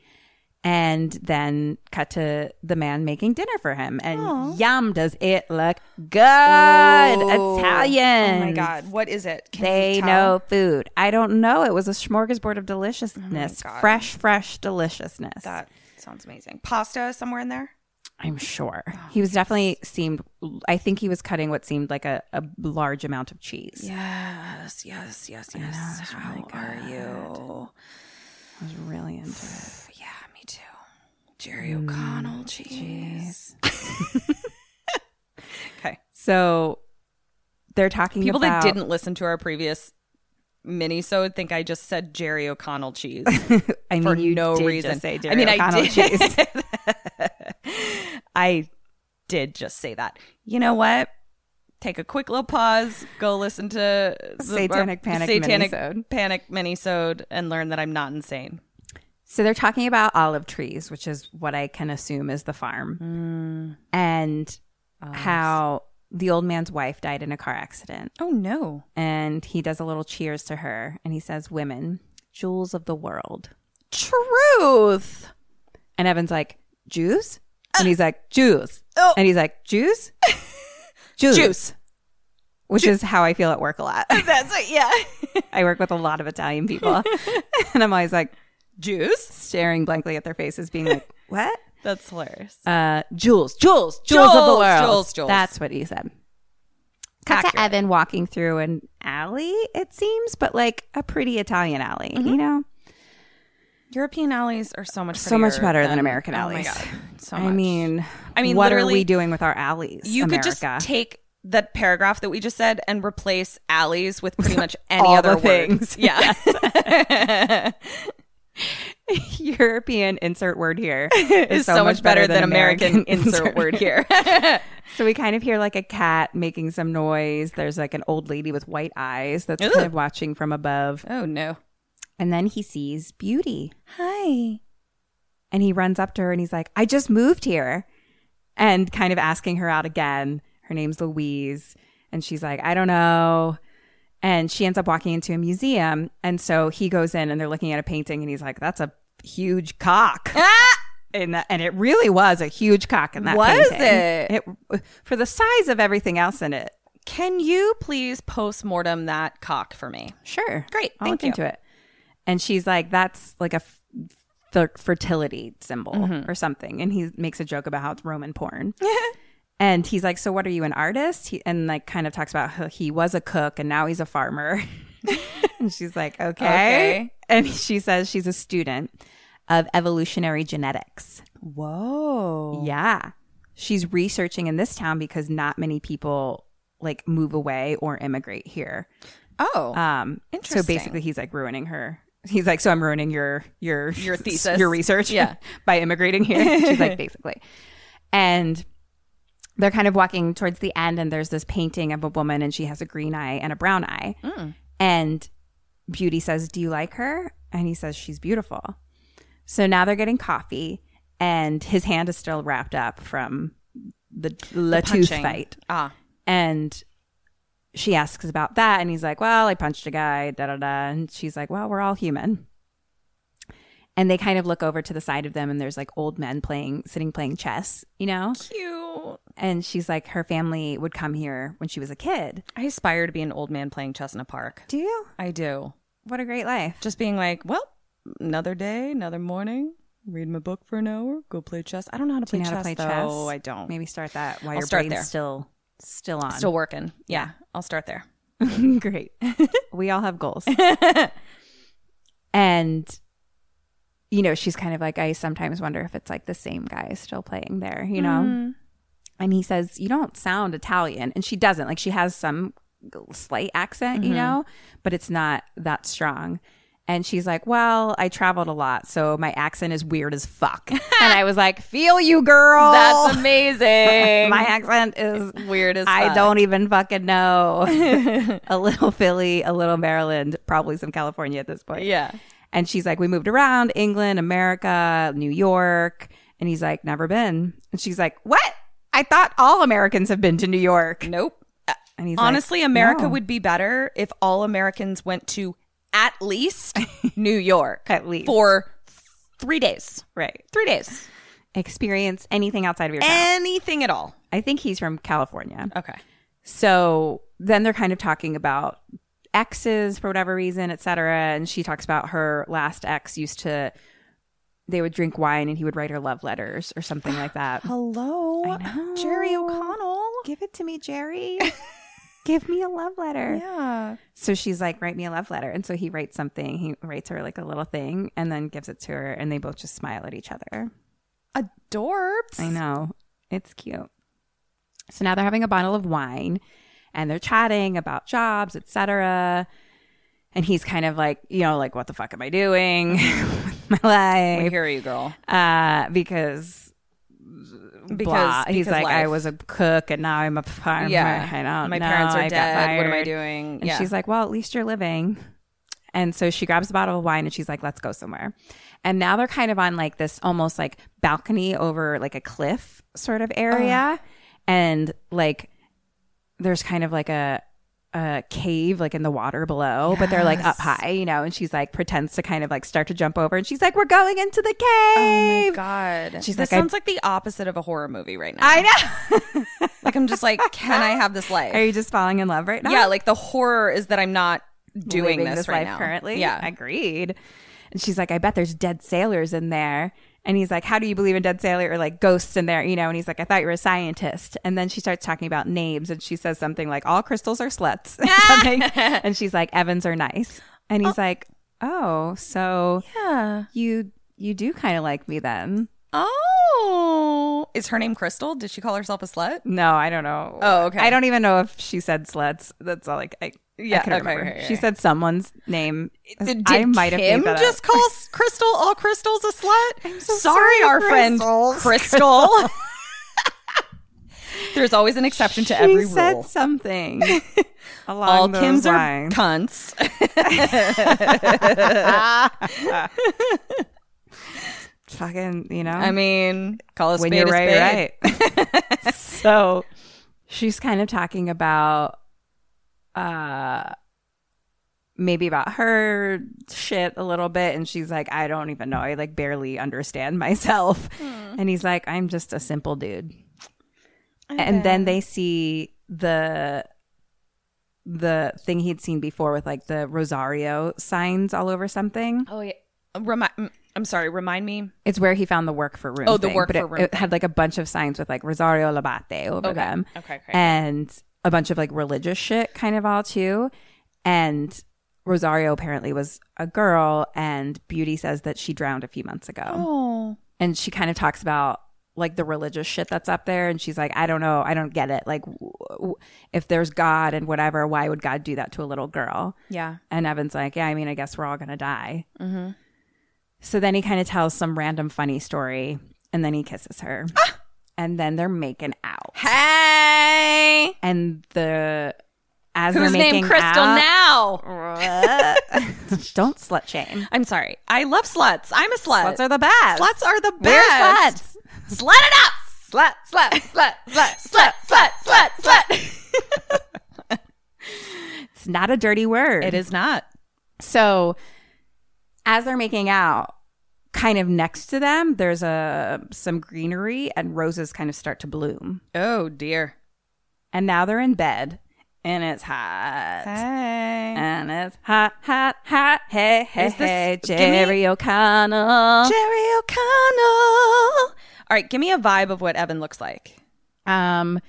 S7: And then cut to the man making dinner for him. And yum, does it look good? Italian.
S6: Oh my God. What is it? Can
S7: They
S6: you tell?
S7: know food. I don't know. It was a smorgasbord of deliciousness. fresh, fresh deliciousness.
S6: Oh That sounds amazing. Pasta somewhere in there?
S7: I'm sure.
S6: Oh,
S7: He was definitely seemed I think he was cutting what seemed like a, a large amount of cheese.
S6: Yes, yes, yes, yes. How are you?
S7: I was really into it.
S6: Yeah, me too. Jerry O'Connell cheese.
S7: So they're talking
S6: People
S7: about
S6: that didn't listen to our previous mini so think I just said Jerry O'Connell cheese
S7: I mean,
S6: for
S7: you
S6: no
S7: did
S6: reason.
S7: just say
S6: I mean,
S7: Jerry O'Connell
S6: I did.
S7: cheese.
S6: I did just say that. You know what? Take a quick little pause. Go listen to the,
S7: Satanic Panic
S6: Satanic
S7: minisode.
S6: Panic minisode, and learn that I'm not insane.
S7: So they're talking about olive trees, which is what I can assume is the farm.
S6: Mm.
S7: And how the old man's wife died in a car accident.
S6: Oh no!
S7: And he does a little cheers to her and he says, Women, jewels of the world.
S6: Truth.
S7: And Evan's like, Jews? And
S6: Uh.
S7: he's like, Jews. Oh. And he's like, Jews? Jews.
S6: Juice.
S7: Which is how I feel at work a lot.
S6: That's it. Yeah.
S7: I work with a lot of Italian people. and I'm always like
S6: Juice.
S7: staring blankly at their faces, being like, what?
S6: That's hilarious.
S7: Uh, Jules, Jules, Jules of the
S6: Jules,
S7: world.
S6: Jules, Jules.
S7: That's what he said. Cut to Evan walking through an alley, it seems, but like a pretty Italian alley,
S6: Mm-hmm.
S7: you know?
S6: European alleys are so much
S7: So much better than American alleys.
S6: Oh my god! So
S7: I
S6: much.
S7: mean,
S6: I mean,
S7: what are
S6: literally,
S7: we doing with our alleys?
S6: you could just
S7: America?
S6: take that paragraph that we just said and replace alleys with pretty much any
S7: All the
S6: other word.
S7: things.
S6: Yeah.
S7: European insert word here is
S6: It's so, much better, than, American, insert word here.
S7: so we kind of hear like a cat making some noise. There's like an old lady with white eyes that's kind of watching from above.
S6: oh no.
S7: And then he sees Beauty
S6: Hi.
S7: and he runs up to her and he's like, I just moved here. And kind of asking her out again. Her name's Louise. And she's like, I don't know. And she ends up walking into a museum. And so he goes in and they're looking at a painting and he's like, that's a huge cock. In that, and it really was a huge cock in that
S6: Ah! Was
S7: painting.
S6: it?
S7: it? For the size of everything else in it.
S6: Can you please post mortem that cock for me?
S7: Sure.
S6: Great.
S7: I'll
S6: Thank
S7: look into it. And she's like, that's like a f- fer- fertility symbol
S6: Mm-hmm.
S7: or something. And he makes a joke about how it's Roman porn. and he's like, so what are you, an artist? He, and like kind of talks about how he was a cook and now he's a farmer. and she's like, okay.
S6: Okay.
S7: And she says she's a student of evolutionary genetics.
S6: Whoa.
S7: Yeah. She's researching in this town because not many people like move away or immigrate here.
S6: Oh.
S7: Um,
S6: Interesting.
S7: So basically, he's like ruining her. He's like, so I'm ruining your your
S6: Your thesis.
S7: your research,
S6: Yeah.
S7: by immigrating here. She's like, basically, and they're kind of walking towards the end, and there's this painting of a woman, and she has a green eye and a brown eye,
S6: Mm.
S7: and Beauty says, "Do you like her?" And he says, "She's beautiful." So now they're getting coffee, and his hand is still wrapped up from the, the tooth
S6: punching.
S7: fight
S6: ah.
S7: and she asks about that and he's like well i punched a guy da da da and she's like well we're all human and they kind of look over to the side of them and there's like old men playing sitting playing chess you know
S6: Cute.
S7: and she's like her family would come here when she was a kid
S6: I aspire to be an old man playing chess in a park.
S7: do you
S6: I do.
S7: what a great life
S6: Just being like, well, another day, another morning, read my book for an hour, go play chess. I don't know how to
S7: do
S6: play
S7: you know
S6: chess.
S7: how to play chess
S6: though. I don't.
S7: maybe start that while
S6: I'll
S7: your
S6: start
S7: brain's
S6: there.
S7: still still on
S6: still working. Yeah, I'll start there.
S7: Great. we all have goals. and you know, she's kind of like I sometimes wonder if it's like the same guy still playing there, you know.
S6: Mm-hmm.
S7: And he says, "You don't sound Italian." And she doesn't. Like she has some slight accent,
S6: Mm-hmm.
S7: you know, but it's not that strong. And she's like, "Well, I traveled a lot, so my accent is weird as fuck." and I was like, "Feel you, girl."
S6: That's amazing.
S7: my accent is
S6: Weird as
S7: I
S6: fuck.
S7: don't even fucking know. a little Philly, a little Maryland, probably some California at this point.
S6: Yeah.
S7: And she's like, we moved around England, America, New York. And he's like, never been. And she's like, what? I thought all Americans have been to New York.
S6: Nope.
S7: And he's like,
S6: Honestly, America
S7: "No."
S6: would be better if all Americans went to at least New York.
S7: At least.
S6: For three days.
S7: right.
S6: Three days.
S7: Experience anything outside of your town.
S6: Anything at all.
S7: I think he's from California.
S6: Okay.
S7: So then they're kind of talking about exes for whatever reason, et cetera. And she talks about her last ex used to, they would drink wine and he would write her love letters or something like that. Oh.
S6: Hello, Jerry O'Connell.
S7: Give it to me, Jerry. Give me a love letter.
S6: Yeah.
S7: So she's like, write me a love letter. And so he writes something. He writes her like a little thing and then gives it to her. And they both just smile at each other. Uh,
S6: Adorbs.
S7: I know. It's cute. So now they're having a bottle of wine and they're chatting about jobs, etc. And he's kind of like, you know, like what the fuck am I doing with my life?
S6: hear you, girl.
S7: uh, because
S6: Because,
S7: blah. he's
S6: because
S7: like, I
S6: life.
S7: was a cook and now I'm a farmer.
S6: Yeah.
S7: I don't
S6: My
S7: know.
S6: parents are
S7: I got
S6: dead. What am I
S7: fired."
S6: doing?
S7: And she's like, Well, at least you're living. And so she grabs a bottle of wine and she's like, Let's go somewhere. And now they're kind of on like this almost like balcony over like a cliff sort of area. And like there's kind of like a a cave like in the water below, but they're like up high, you know, and she's like pretends to kind of like start to jump over and she's like, We're going into the cave.
S6: Oh my god.
S7: She's
S6: this
S7: like, I-
S6: sounds like the opposite of a horror movie right now.
S7: I know.
S6: like I'm just like, can I have this life?
S7: Are you just falling in love right now?
S6: yeah, like the horror is that I'm not doing
S7: living
S6: this, right
S7: life
S6: now.
S7: currently.
S6: Yeah.
S7: agreed. And she's like, I bet there's dead sailors in there. And he's like, How do you believe in dead sailor or like ghosts in there? You know, and he's like, I thought you were a scientist. And then she starts talking about names and she says something like, All crystals are sluts. or something. and she's like, Evans are nice. And he's like, Oh, so
S6: yeah.
S7: you you do kind of like me then.
S6: Oh. Is her name Crystal? Did she call herself a slut?
S7: No, I don't know.
S6: Oh, okay.
S7: I don't even know if she said sluts. That's all like I
S6: Yeah,
S7: I couldn't
S6: okay,
S7: remember.
S6: right, right,
S7: She
S6: right.
S7: said someone's name.
S6: Did
S7: I might have
S6: Kim
S7: made that up.
S6: just call s- Crystal all Crystal's a slut? sorry,
S7: sorry,
S6: our friend
S7: Crystals.
S6: Crystal. There's always an exception to every
S7: She said
S6: rule.
S7: something along
S6: All
S7: those
S6: Kims
S7: lines.
S6: are cunts.
S7: fucking, you know.
S6: I mean, call us
S7: when
S6: spade
S7: you're
S6: a
S7: right,
S6: spade.
S7: you're right. so she's kind of talking about uh maybe about her shit a little bit and she's like I don't even know. I like barely understand myself.
S6: Hmm.
S7: And he's like I'm just a simple dude. And then they see the the thing he'd seen before with like the Rosario signs all over something.
S6: Oh yeah. Remind, I'm sorry. Remind me.
S7: It's where he found the work for room.
S6: Oh, the
S7: thing,
S6: work
S7: but
S6: for
S7: it,
S6: room
S7: It had like a bunch of signs with like Rosario Labate over them.
S6: Okay, okay.
S7: And a bunch of like religious shit kind of all too. And Rosario apparently was a girl and Beauty says that she drowned a few months ago.
S6: Oh.
S7: And she kind of talks about like the religious shit that's up there and she's like I don't know, I don't get it. Like w- w- if there's God and whatever, why would God do that to a little girl?
S6: Yeah.
S7: And Evan's like, yeah, I mean, I guess we're all going to die. Mm-hmm. So then he kind of tells some random funny story and then he kisses her.
S6: Ah!
S7: And then they're making out.
S6: Hey.
S7: And the, as
S6: Who's
S7: they're making
S6: named Crystal
S7: out,
S6: now?
S7: don't slut shame.
S6: I'm sorry. I love sluts. I'm a slut.
S7: Sluts are the best.
S6: Sluts are the
S7: We're
S6: best.
S7: sluts.
S6: Slut it up. Slut, slut, slut, slut, slut, slut, slut, slut.
S7: It's not a dirty word.
S6: It is not.
S7: So as they're making out, kind of next to them, there's a some greenery and roses kind of start to bloom.
S6: Oh dear.
S7: And now they're in bed and it's hot.
S6: Hey.
S7: And it's hot, hot, hot. Hey, hey,
S6: Is this-
S7: hey,
S6: give me-
S7: Jerry O'Connell.
S6: Jerry O'Connell. All right, give me a vibe of what Evan looks like.
S7: um,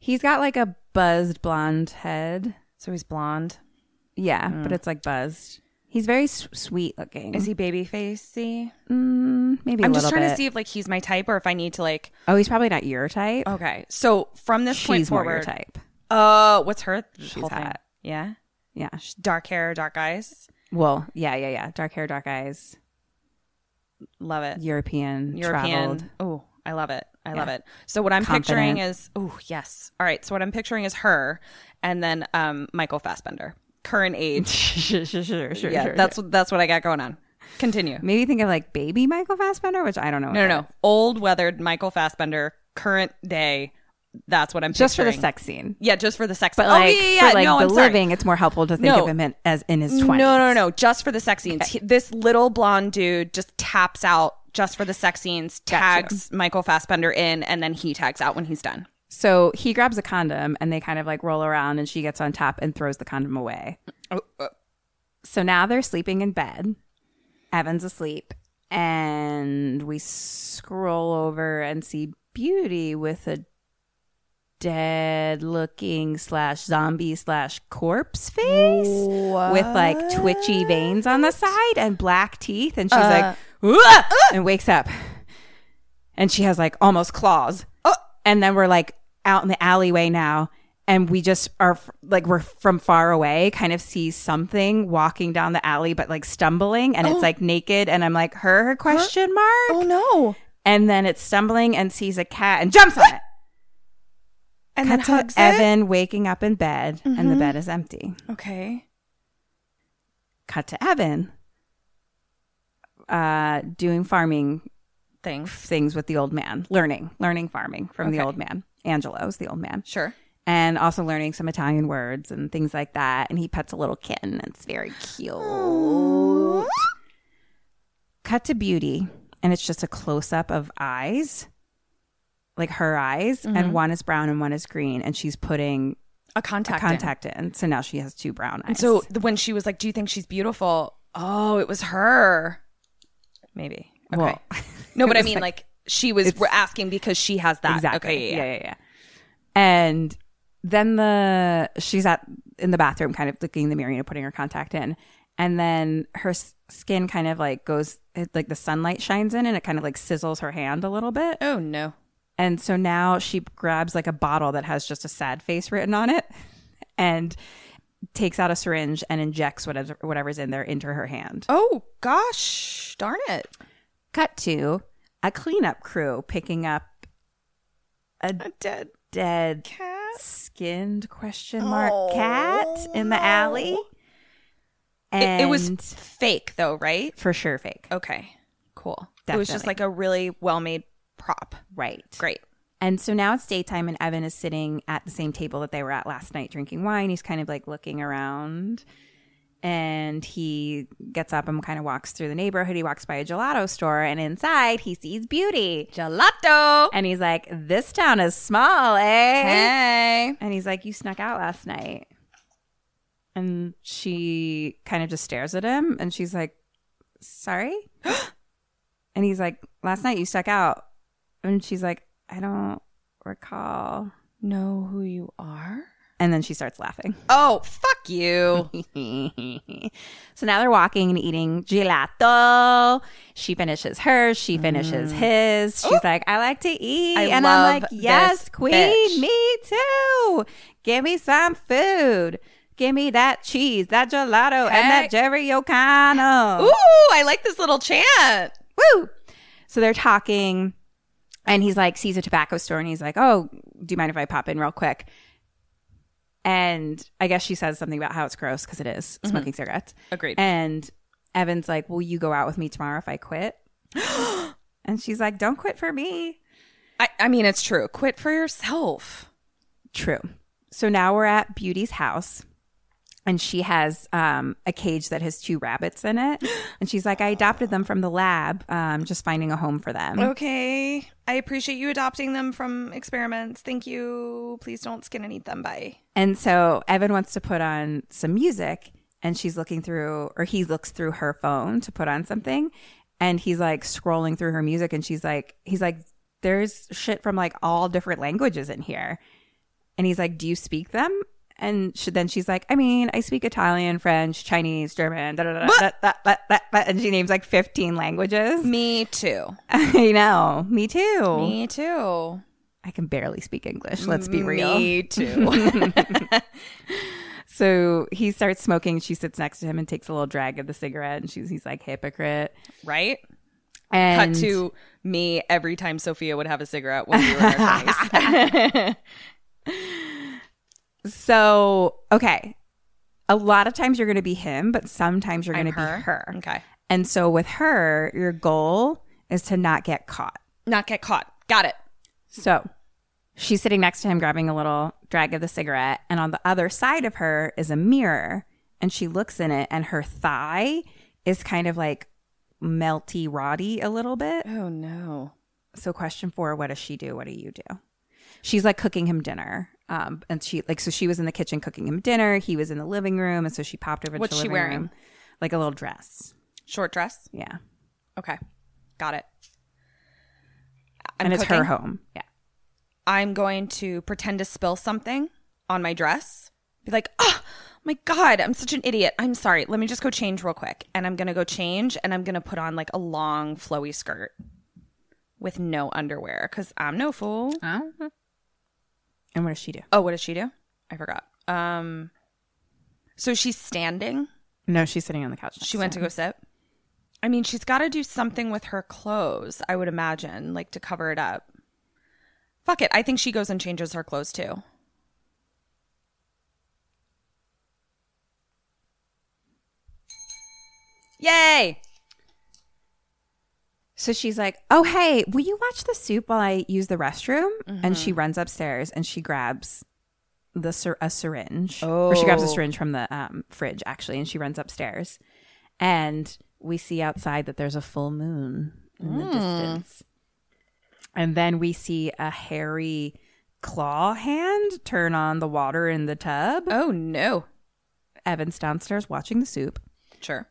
S7: he's got like a buzzed blonde head.
S6: So he's blonde.
S7: Yeah, but it's like buzzed. He's very s- sweet looking.
S6: Mm. Is he baby facey?
S7: Mm, maybe a
S6: I'm
S7: little
S6: just trying
S7: bit.
S6: to see if like he's my type or if I need to like
S7: oh, he's probably not your type.
S6: Okay. So from this point
S7: She's more
S6: forward,
S7: your type.
S6: Uh, what's her whole thing?
S7: hot.
S6: Yeah,
S7: Yeah.
S6: dark hair, dark eyes.
S7: Well, yeah, yeah, yeah. Dark hair, dark eyes,
S6: Love it.
S7: European, traveled.
S6: European. Oh, I love it. I love it. So what I'm picturing is oh yes. All right. So what I'm picturing is her, and then um Michael Fassbender, current age.
S7: sure, sure, sure,
S6: yeah,
S7: sure,
S6: that's what that's what I got going on. Continue.
S7: Maybe think of like baby Michael Fassbender, which I don't know. what
S6: No,
S7: that
S6: no, no.
S7: is.
S6: Old weathered Michael Fassbender, current day. That's what I'm
S7: Just for the
S6: picturing.
S7: sex scene.
S6: Yeah, just for the sex.
S7: But
S6: oh,
S7: like,
S6: yeah, yeah, yeah.
S7: for like
S6: no,
S7: the
S6: I'm sorry.
S7: living, it's more helpful to think
S6: No.
S7: of him in, as in his 20s.
S6: No, no, no. Just for the sex scenes. He- this little blonde dude just taps out just for the sex scenes, tags Michael Fassbender in, and then he tags out when he's done.
S7: So he grabs a condom and they kind of like roll around and she gets on top and throws the condom away.
S6: Oh,
S7: So now they're sleeping in bed. Evan's asleep and we scroll over and see Beauty with a dead looking slash zombie slash corpse face with like twitchy veins on the side and black teeth and she's
S6: Uh.
S7: like "Uah!" and wakes up and she has like almost claws.
S6: Oh,
S7: And then we're like out in the alleyway now, and we just are f- like we're from far away, kind of see something walking down the alley, but like stumbling,
S6: Oh.
S7: and it's like naked, and I'm like her question mark,
S6: no.
S7: and then it's stumbling and sees a cat and jumps on it.
S6: And Mm-hmm.
S7: Cuts to Evan waking up in bed, and the bed is empty.
S6: Okay.
S7: Cut to Evan uh, doing farming
S6: Things.
S7: things with the old man, learning, learning farming from the
S6: Okay.
S7: old man. Angelo's the old man.
S6: Sure.
S7: and also learning some Italian words and things like that. And he pets a little kitten. It's very cute. Cut to beauty, and it's just a close up of eyes, like her eyes,
S6: Mm-hmm.
S7: and one is brown and one is green, and she's putting
S6: A contact. in.
S7: contact in. So now she has two brown eyes.
S6: And so th- when she was like, "Do you think she's beautiful?" Oh, it was her. Maybe. Okay.
S7: Well,
S6: no,
S7: it
S6: but I
S7: was
S6: mean,
S7: like-
S6: like, she was
S7: It's-
S6: we're asking because she has that.
S7: Exactly.
S6: Okay. Yeah. yeah,
S7: yeah, yeah, yeah. And then the she's at in the bathroom, kind of looking in the mirror, you know, putting her contact in, and then her s- skin kind of like goes it, like the sunlight shines in, and it kind of like sizzles her hand a little bit,
S6: yeah. Oh no.
S7: and so now she grabs like a bottle that has just a sad face written on it, and takes out a syringe and injects whatever whatever's in there into her hand.
S6: Oh gosh, darn it.
S7: Cut to a cleanup crew picking up a,
S6: Dead.
S7: dead cat skinned question mark cat in the alley.
S6: It,
S7: And
S6: Oh. it was fake though, right?
S7: for sure fake.
S6: Okay. Cool. It was just
S7: Definitely.
S6: like a really well-made prop.
S7: Right.
S6: Great.
S7: And so now it's daytime and Evan is sitting at the same table that they were at last night drinking wine. He's kind of like looking around and he gets up and kind of walks through the neighborhood. He walks by a gelato store and inside he sees beauty.
S6: Gelato.
S7: And he's like, This town is small, eh?
S6: Hey.
S7: And he's like, You snuck out last night. And she kind of just stares at him and she's like, Sorry? and he's like, Last night you stuck out. And she's like, I don't recall.
S6: Know who you are?
S7: And then she starts laughing.
S6: Oh, fuck you.
S7: so now they're walking and eating gelato. She finishes hers. She finishes his. She's like, I like to eat.
S6: Mm. I
S7: and I'm
S6: love
S7: like, yes,
S6: this
S7: queen,
S6: bitch."
S7: me too. Give me some food. Give me that cheese, that gelato, and that
S6: Heck.
S7: Jerry O'Connell.
S6: Ooh, I like this little chant.
S7: Woo! So they're talking, and he's like, sees a tobacco store, and he's like, "Oh, do you mind if I pop in real quick?" And I guess she says something about how it's gross because it is smoking cigarettes.
S6: Agreed.
S7: And Evan's like, "Will you go out with me tomorrow if I quit?" and she's like, "Don't quit for me."
S6: I, I mean, it's true. Quit for yourself.
S7: True. So now we're at Beauty's house. And she has um, a cage that has two rabbits in it. And she's like, I adopted them from the lab, um, just finding a home for them.
S6: Oh, Okay. I appreciate you adopting them from experiments. Thank you. Please don't skin and eat them. Bye.
S7: And so Evan wants to put on some music and she's looking through or he looks through her phone to put on something and he's like scrolling through her music and she's like he's like there's shit from like all different languages in here. And he's like do you speak them? And she, then she's like, I mean, I speak Italian, French, Chinese, German, da, da, da, da, da, da, da, da. and she names like 15 languages.
S6: Me too.
S7: I know, me too.
S6: Me too.
S7: I can barely speak English. Let's be real.
S6: Me too.
S7: So he starts smoking. She sits next to him and takes a little drag of the cigarette, and she's he's like hypocrite.
S6: right?
S7: And
S6: Cut to me every time Sophia would have a cigarette when we were in our 20s.
S7: so okay, a lot of times you're going to be him, but sometimes you're going to be her.
S6: Okay.
S7: And so with her, your goal is to not get caught.
S6: Not get caught. Got it.
S7: So she's sitting next to him, grabbing a little drag of the cigarette. And on the other side of her is a mirror. And she looks in it, and her thigh is kind of like melty roddy a little bit.
S6: Oh no.
S7: So, question four what does she do? What do you do? She's like cooking him dinner. Um, and she, like, so she was in the kitchen cooking him dinner. He was in the living room. And so she popped over
S6: What's
S7: to the
S6: she
S7: living
S6: wearing?
S7: room. Like a little dress.
S6: Short dress.
S7: Yeah.
S6: Okay. Got it. I'm
S7: and it's her
S6: cooking.
S7: home. Yeah.
S6: I'm going to pretend to spill something on my dress. Be like, oh my God, I'm such an idiot. I'm sorry. Let me just go change real quick. And I'm going to go change and I'm going to put on like a long, flowy skirt with no underwear because I'm no fool.
S7: And what does she do?
S6: Oh, what does she do? I forgot. Um, so she's standing.
S7: No, she's sitting on the couch.
S6: She went to go sit. I mean, she's got to do something with her clothes, I would imagine, like to cover it up. Fuck it. I think she goes and changes her clothes too. Yay!
S7: So she's like, "Oh hey, will you watch the soup while I use the restroom?" And
S6: Mm-hmm.
S7: she runs upstairs and she grabs the syr- a syringe, or she grabs a
S6: Oh.
S7: syringe from the um, fridge actually, and she runs upstairs. And we see outside that there's a full moon in
S6: Hmm.
S7: the distance, and then we see a hairy claw hand turn on the water in the tub.
S6: Oh no.
S7: Evan's downstairs watching the soup.
S6: Sure.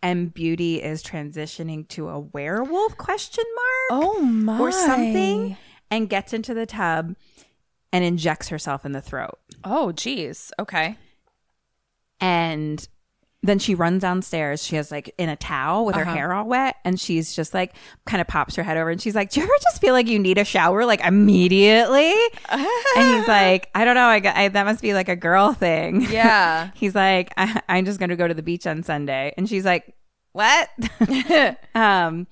S7: and beauty is transitioning to a werewolf question mark
S6: Oh my.
S7: or something and gets into the tub and injects herself in the throat
S6: Oh geez. Okay.
S7: and then she runs downstairs she has like in a towel with
S6: Uh-huh.
S7: her hair all wet and she's just like kind of pops her head over and she's like do you ever just feel like you need a shower like immediately and he's like i don't know i, got, I that must be like a girl thing
S6: Yeah.
S7: he's like I, i'm just gonna go to the beach on sunday and she's like what um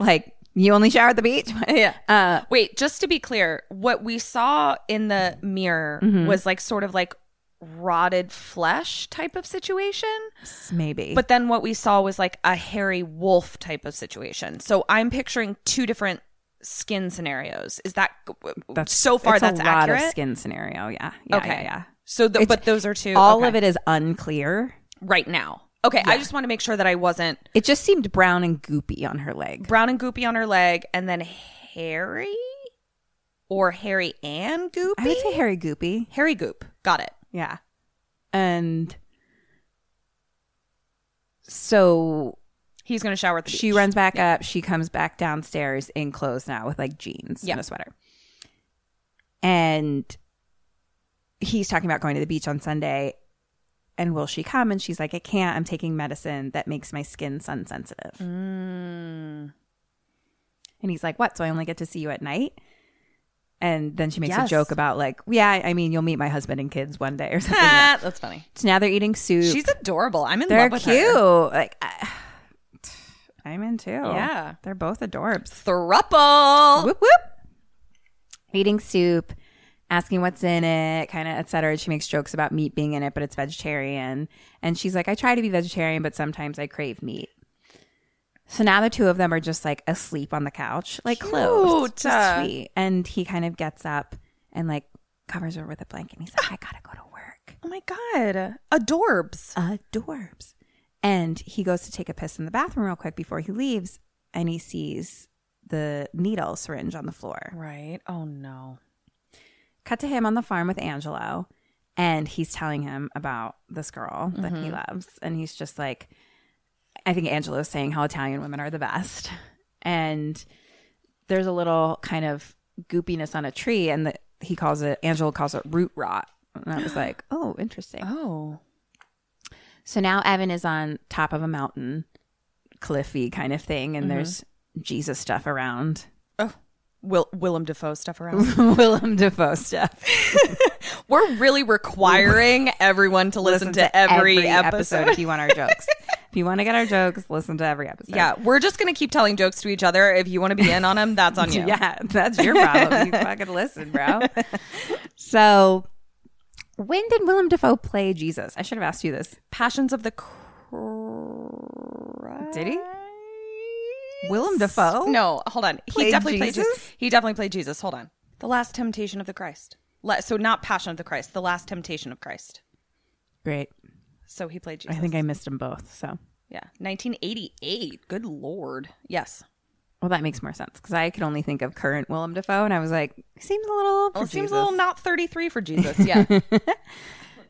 S7: like you only shower at the beach
S6: yeah.
S7: uh
S6: Wait, just to be clear, what we saw in the mirror
S7: Mm-hmm.
S6: was like sort of like rotted flesh type of situation.
S7: maybe
S6: But then what we saw was like a hairy wolf type of situation. So I'm picturing two different skin scenarios. Is that so far
S7: it's
S6: that's
S7: a lot
S6: accurate?
S7: of skin scenario yeah, yeah
S6: okay.
S7: yeah, yeah.
S6: So the,
S7: It's-
S6: but those are two
S7: all
S6: okay.
S7: of it is unclear
S6: right now. Okay, I just want to make sure that I wasn't
S7: It just seemed brown and goopy on her leg.
S6: brown and goopy on her leg and then hairy or hairy and goopy?
S7: I would say hairy goopy.
S6: hairy goop. Got it.
S7: Yeah. And so
S6: He's going to shower at the
S7: she
S6: beach.
S7: runs back up. She comes back downstairs in clothes now with like jeans
S6: Yeah.
S7: and a sweater. And he's talking about going to the beach on Sunday. And will she come? And she's like, I can't. I'm taking medicine that makes my skin sun sensitive.
S6: Mm.
S7: And he's like, What? So I only get to see you at night? And then she makes a
S6: Yes.
S7: joke about, like, Yeah, I mean, you'll meet my husband and kids one day or something.
S6: Ah, that's funny.
S7: so now they're eating soup.
S6: She's adorable. I'm in
S7: They're
S6: love with
S7: cute.
S6: her.
S7: Like I, I'm in too.
S6: Yeah.
S7: they're both adorbs.
S6: Thruple.
S7: Whoop whoop. Eating soup, asking what's in it, kind of etc. She makes jokes about meat being in it, but it's vegetarian. And she's like, I try to be vegetarian, but sometimes I crave meat. So now the two of them are just like asleep on the couch, like clothed, It's just
S6: Cute.
S7: sweet. And he kind of gets up and like covers her with a blanket. And he's like, I gotta go to work
S6: Oh my god. Adorbs.
S7: adorbs. And he goes to take a piss in the bathroom real quick before he leaves, and he sees the needle syringe on the floor.
S6: Right. Oh no.
S7: Cut to him on the farm with Angelo, and he's telling him about this girl that he loves. And he's just like, I think Angelo's saying how Italian women are the best. And there's a little kind of goopiness on a tree, and the, he calls it, Angelo calls it root rot. And I was like, oh, interesting.
S6: Oh.
S7: So now Evan is on top of a mountain, cliffy kind of thing, and there's Jesus stuff around.
S6: Will Willem Dafoe stuff around.
S7: Willem Dafoe stuff.
S6: We're really requiring everyone to listen, to, every, episode.
S7: if you want our jokes. if you want to get our jokes, listen to every episode.
S6: Yeah, we're just gonna keep telling jokes to each other. If you want to be in on them, that's on you.
S7: Yeah, that's your problem. you fucking listen, bro. So when did Willem Dafoe play Jesus? I should have asked you this.
S6: Passions of the Christ.
S7: Did he? Willem Dafoe?
S6: No, hold on. He
S7: Played
S6: definitely played Jesus.
S7: Jesus?
S6: He definitely played Jesus. Hold on. The Last Temptation of the Christ. La- so not Passion of the Christ. The Last Temptation of Christ.
S7: Great.
S6: So he played Jesus.
S7: I think I missed them both. So,
S6: Yeah, 1988. Good lord. Yes.
S7: well, that makes more sense because I could only think of current Willem Dafoe, and I was like, seems a little old. For
S6: Well, it seems
S7: Jesus.
S6: a little not 33 for Jesus. Yeah.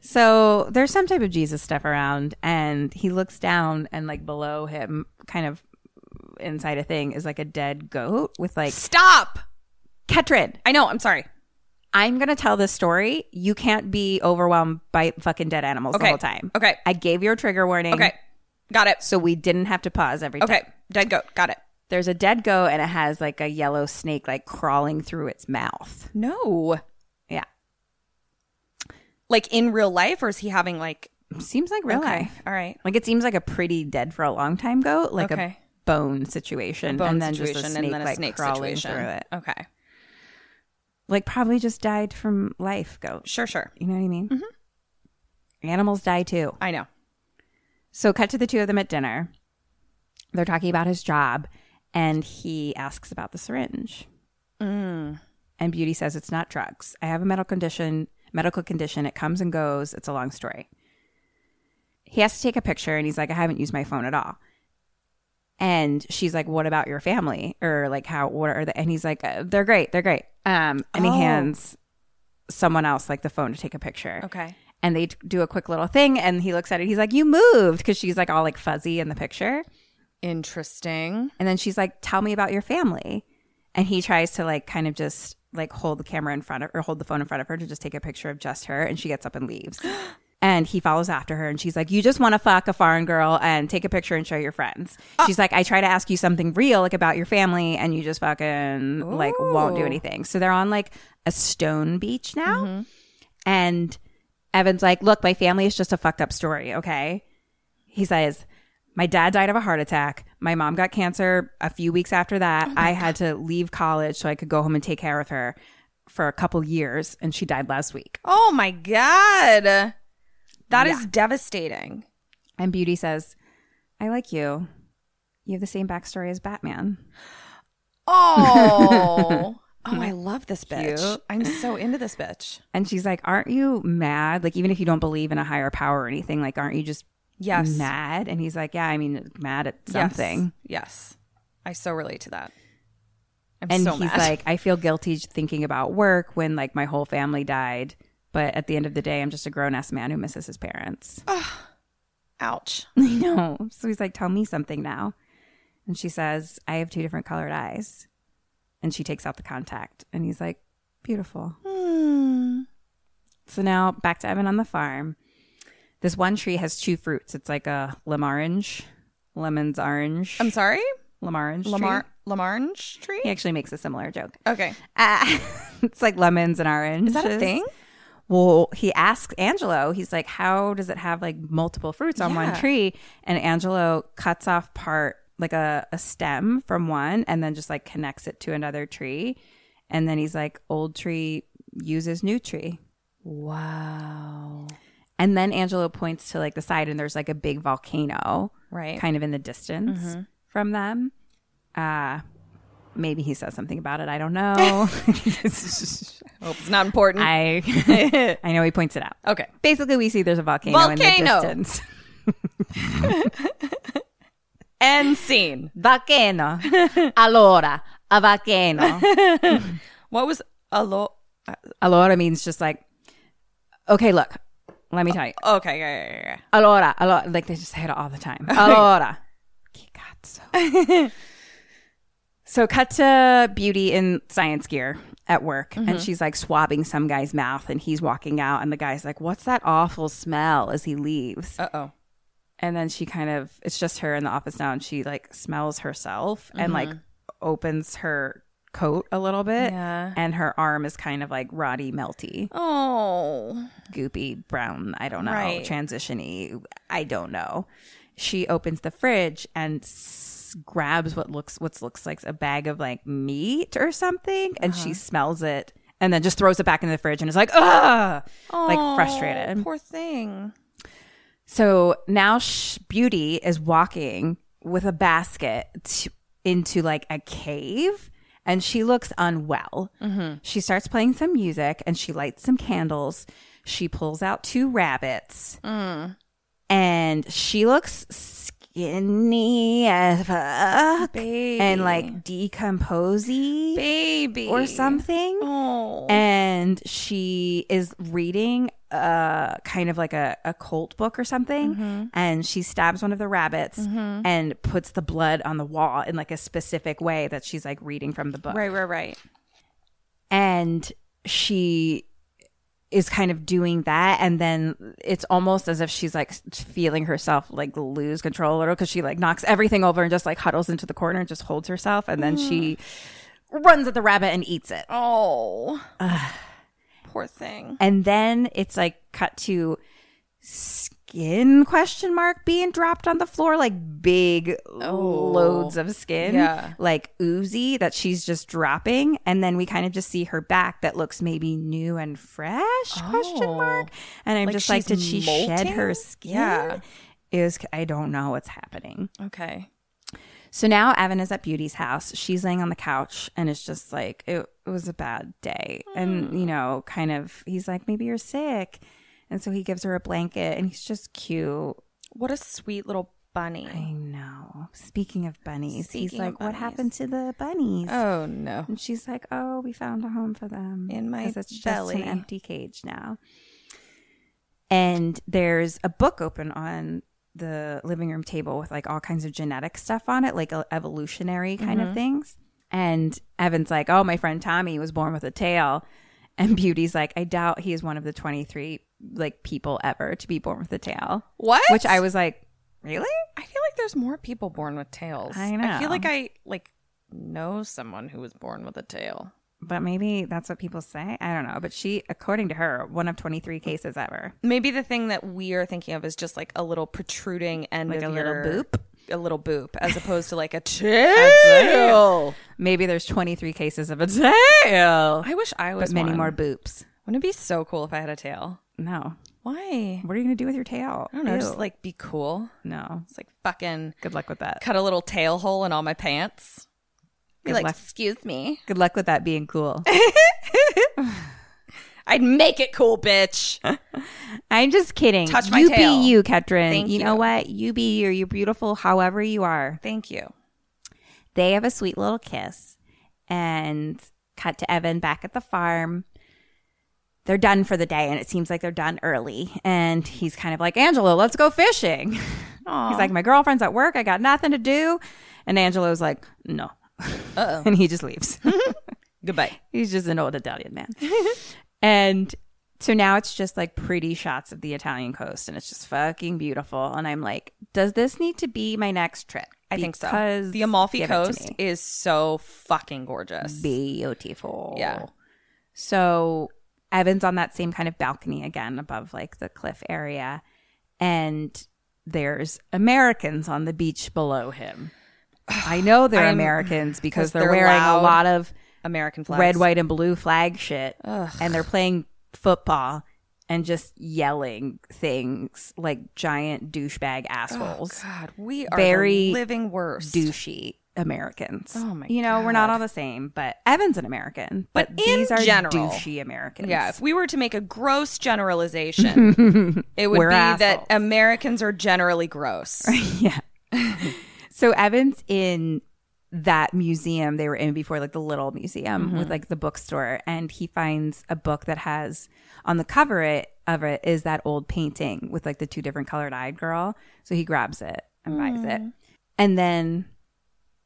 S7: So there's some type of Jesus stuff around, and he looks down, and like below him, kind of inside a thing, is like a dead goat with like
S6: Stop.
S7: Ketrin.
S6: I know. I'm sorry.
S7: I'm gonna tell this story. You can't be overwhelmed by fucking dead animals
S6: Okay.
S7: the whole time.
S6: Okay.
S7: I gave you a trigger warning.
S6: Okay. Got it.
S7: So we didn't have to pause every time.
S6: Okay. Dead goat. Got it.
S7: There's a dead goat and it has like a yellow snake like crawling through its mouth.
S6: No.
S7: Yeah.
S6: Like in real life, or is he having like
S7: Seems like real
S6: okay.
S7: life.
S6: All right.
S7: Like it seems like a pretty dead for a long time goat, like
S6: Okay.
S7: a bone situation.
S6: Bone
S7: and then
S6: situation
S7: just a snake,
S6: and then a
S7: like,
S6: snake
S7: crawling
S6: situation.
S7: through it.
S6: Okay.
S7: Like probably just died from life goat.
S6: Sure. Sure.
S7: You know what I mean? Animals die too.
S6: I know.
S7: So, cut to the two of them at dinner. They're talking about his job, and he asks about the syringe. And Beauty says it's not drugs. I have a medical condition. Medical condition. It comes and goes. It's a long story. He has to take a picture, and he's like, "I haven't used my phone at all." And she's like, "What about your family? Or like, how? What are they?" And he's like, uh, "They're great. They're great." Um, and he hands someone else like the phone to take a picture
S6: Okay.
S7: and they t- do a quick little thing and he looks at it he's like you moved because she's like all like fuzzy in the picture
S6: Interesting.
S7: and then she's like tell me about your family and he tries to like kind of just like hold the camera in front of or hold the phone in front of her to just take a picture of just her and she gets up and leaves and he follows after her and she's like you just want to fuck a foreign girl and take a picture and show your friends she's like i try to ask you something real like about your family and you just fucking like won't do anything so they're on like a stone beach now and Evan's like, look, my family is just a fucked up story, okay? He says, my dad died of a heart attack. My mom got cancer a few weeks after that.
S6: Oh
S7: I had to leave college so I could go home and take care of her for a couple years, and she died last week.
S6: Oh my god. that is devastating.
S7: And Beauty says, I like you. You have the same backstory as Batman.
S6: Oh. oh, I love this bitch. I'm so into this bitch.
S7: And she's like, Aren't you mad? Like, even if you don't believe in a higher power or anything, like, aren't you just
S6: Yes.
S7: mad? And he's like, Yeah, I mean, mad at
S6: Yes.
S7: something.
S6: Yes. I so relate to that. I'm
S7: and
S6: so
S7: he's
S6: mad.
S7: like i feel guilty thinking about work when like my whole family died but at the end of the day i'm just a grown-ass man who misses his parents
S6: ouch.
S7: i know so he's like tell me something now and she says i have two different colored eyes and she takes out the contact and he's like beautiful so now back to evan on the farm this one tree has two fruits it's like a lime orange lemon's orange
S6: I'm sorry?
S7: lime orange tree.
S6: Lamar Lamarge tree?
S7: he actually makes a similar joke
S6: Okay.
S7: Uh, it's like lemons and oranges.
S6: Is that a thing?
S7: Well, he asks Angelo, he's like, How does it have like multiple fruits on one
S6: Yeah.
S7: tree? And Angelo cuts off part, like a, a stem from one, and then just like connects it to another tree. And then he's like, Old tree uses new tree.
S6: Wow.
S7: And then Angelo points to like the side, and there's like a big volcano
S6: Right.
S7: kind of in the distance from them. Uh, maybe he says something about it. I don't know.
S6: Hope it's not important.
S7: I I know he points it out.
S6: okay.
S7: Basically, we see there's a volcano, in
S6: Volcano.
S7: the distance.
S6: End scene.
S7: volcano. Allora, a volcano.
S6: What was a lo
S7: Allora means just like, okay, look, let me tell you.
S6: Okay, yeah, yeah, yeah, yeah.
S7: Allora, allora, like they just say it all the time. Allora. Che cazzo. so cut to Beauty in science gear at work, and she's like swabbing some guy's mouth, and he's walking out, and the guy's like, "What's that awful smell?" as he leaves.
S6: Uh-oh.
S7: and then she kind of it's just her in the office now and she like smells herself and like opens her coat a little bit
S6: Yeah.
S7: and her arm is kind of like roddy melty
S6: Oh.
S7: goopy brown i don't know
S6: Right.
S7: transitiony i don't know she opens the fridge and s- grabs what looks what looks like a bag of like meat or something and she smells it and then just throws it back in the fridge and is like ugh like
S6: Oh,
S7: frustrated
S6: Poor thing.
S7: so now sh- Beauty is walking with a basket t- into like a cave and she looks unwell. She starts playing some music and she lights some candles. She pulls out two rabbits and she looks skinny as fuck and like decomposy
S6: Baby.
S7: or something.
S6: Oh.
S7: And she is reading uh kind of like a, a cult book or something and she stabs one of the rabbits and puts the blood on the wall in like a specific way that she's like reading from the book
S6: Right, right, right.
S7: and she is kind of doing that and then it's almost as if she's like feeling herself like lose control a little because she like knocks everything over and just like huddles into the corner and just holds herself and then she runs at the rabbit and eats it
S6: Oh. Poor thing.
S7: and then it's like cut to skin question mark being dropped on the floor like big loads of skin
S6: Oh. Yeah.
S7: like oozy that she's just dropping and then we kind of just see her back that looks maybe new and fresh question mark and i'm
S6: Oh. Like
S7: just like
S6: she's
S7: did she shed
S6: molting?
S7: her skin
S6: Yeah.
S7: It was, I don't know what's happening.
S6: Okay.
S7: So now Evan is at Beauty's house. She's laying on the couch and it's just like, it, it was a bad day.
S6: Hmm.
S7: And, you know, kind of, he's like, maybe you're sick. And so he gives her a blanket and he's just cute.
S6: What a sweet little bunny.
S7: I know. Speaking of bunnies,
S6: Speaking
S7: he's
S6: of
S7: like, what
S6: bunnies.
S7: happened to the bunnies?
S6: Oh no.
S7: And she's like, "Oh, we found a home for them
S6: In my
S7: 'Cause it's
S6: belly.
S7: just an empty cage now." And there's a book open on the living room table with like all kinds of genetic stuff on it, like uh, evolutionary kind
S6: Mm-hmm.
S7: of things. And Evan's like, "Oh, my friend Tommy was born with a tail." And Beauty's like, "I doubt he is one of the 23 like people ever to be born with a tail."
S6: What?
S7: Which I was like, "Really?"
S6: I feel like there's more people born with tails.
S7: I
S6: I
S7: know.
S6: feel like I like know someone who was born with a tail.
S7: But maybe that's what people say. I don't know, but she according to her, one of 23 cases ever.
S6: Maybe the thing that we are thinking of is just like a little protruding end
S7: Like
S6: of
S7: a little
S6: your-
S7: boop?
S6: a little boop, as opposed to like a tail.
S7: Maybe there's 23 cases of a tail,
S6: I wish I was.
S7: but many
S6: one.
S7: more boops.
S6: Wouldn't it be so cool if I had a tail?
S7: No.
S6: Why?
S7: What are you going to do with your tail?
S6: I don't know. Just like be cool.
S7: no.
S6: It's like fucking
S7: Good luck with that.
S6: cut a little tail hole in all my pants. Be
S7: Good
S6: like,
S7: luck.
S6: excuse me.
S7: Good luck with that being cool.
S6: I'd make it cool, bitch.
S7: I'm just kidding.
S6: Touch my
S7: you
S6: tail.
S7: be you, Ketrin.
S6: Thank
S7: you know
S6: you.
S7: what? You be you. You're beautiful however you are.
S6: Thank you.
S7: They have a sweet little kiss and cut to Evan back at the farm. They're done for the day and it seems like they're done early. And he's kind of like, Angelo, let's go fishing. He's like, my girlfriend's at work. I got nothing to do. And Angelo's like, no. and he just leaves.
S6: Goodbye.
S7: He's just an old Italian man. and so now it's just like pretty shots of the Italian coast and it's just fucking beautiful. And I'm like, does this need to be my next trip?
S6: I think so.
S7: Because
S6: The Amalfi
S7: give it to
S6: Coast
S7: me.
S6: is so fucking gorgeous.
S7: beautiful.
S6: Yeah.
S7: So Evan's on that same kind of balcony again above like the cliff area. And there's Americans on the beach below him. I know they're
S6: I'm-
S7: Americans because
S6: 'cause
S7: they're,
S6: they're
S7: wearing
S6: loud.
S7: a lot of
S6: American flags.
S7: red, white, and blue flag shit. And they're playing football and just yelling things like giant douchebag assholes.
S6: Oh, God, we are
S7: Very
S6: the living worst.
S7: douchey Americans.
S6: Oh my
S7: You know, we're not
S6: God.
S7: all the same, but Evan's an American. But,
S6: But in
S7: these are
S6: general-
S7: douchey Americans.
S6: Yeah, if we were to make a gross generalization, it would
S7: We're
S6: be that
S7: assholes.
S6: Americans are generally gross.
S7: yeah. so Evan's in that museum they were in before, like the little museum with like the bookstore, and he finds a book that has on the cover it of it is that old painting with like the two different colored eyed girl. So he grabs it and buys it. And then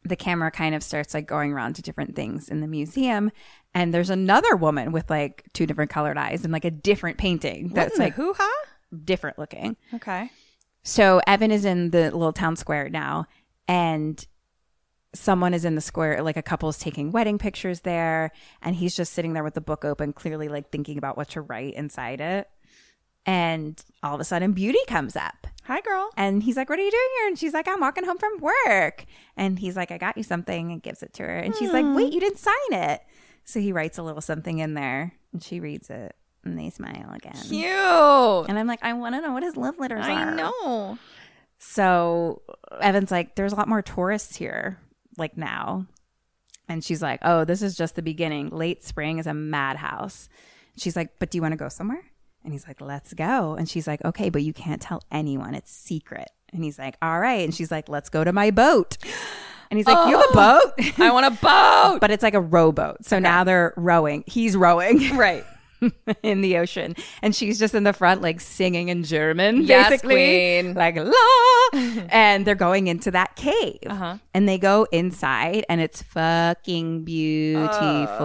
S7: the camera kind of starts like going around to different things in the museum. And there's another woman with like two different colored eyes and like a different painting that's like
S6: hoo ha.
S7: different looking.
S6: Okay.
S7: So Evan is in the little town square now, and someone is in the square, like a couple's taking wedding pictures there, and he's just sitting there with the book open, clearly like thinking about what to write inside it. And all of a sudden, Beauty comes up.
S6: Hi, girl.
S7: And he's like, What are you doing here? And she's like, I'm walking home from work. And he's like, I got you something and gives it to her. And she's
S6: Hmm.
S7: like, Wait, you didn't sign it. So he writes a little something in there and she reads it and they smile again.
S6: Cute. Oh.
S7: And I'm like, I want to know what his love letters are.
S6: I know.
S7: So Evan's like, there's a lot more tourists here, like now. And she's like, oh, this is just the beginning. Late spring is a madhouse. She's like, but do you want to go somewhere? And he's like, let's go. And she's like, okay, but you can't tell anyone. It's secret. And he's like, all right. And she's like, let's go to my boat. And he's like, you have a boat?
S6: Oh, I want a boat.
S7: but it's like a rowboat. So now they're rowing. He's rowing
S6: Right.
S7: in the ocean. And she's just in the front, like singing in German,
S6: Yes,
S7: basically.
S6: queen.
S7: Like, la. and they're going into that cave.
S6: Uh-huh.
S7: And they go inside, and it's fucking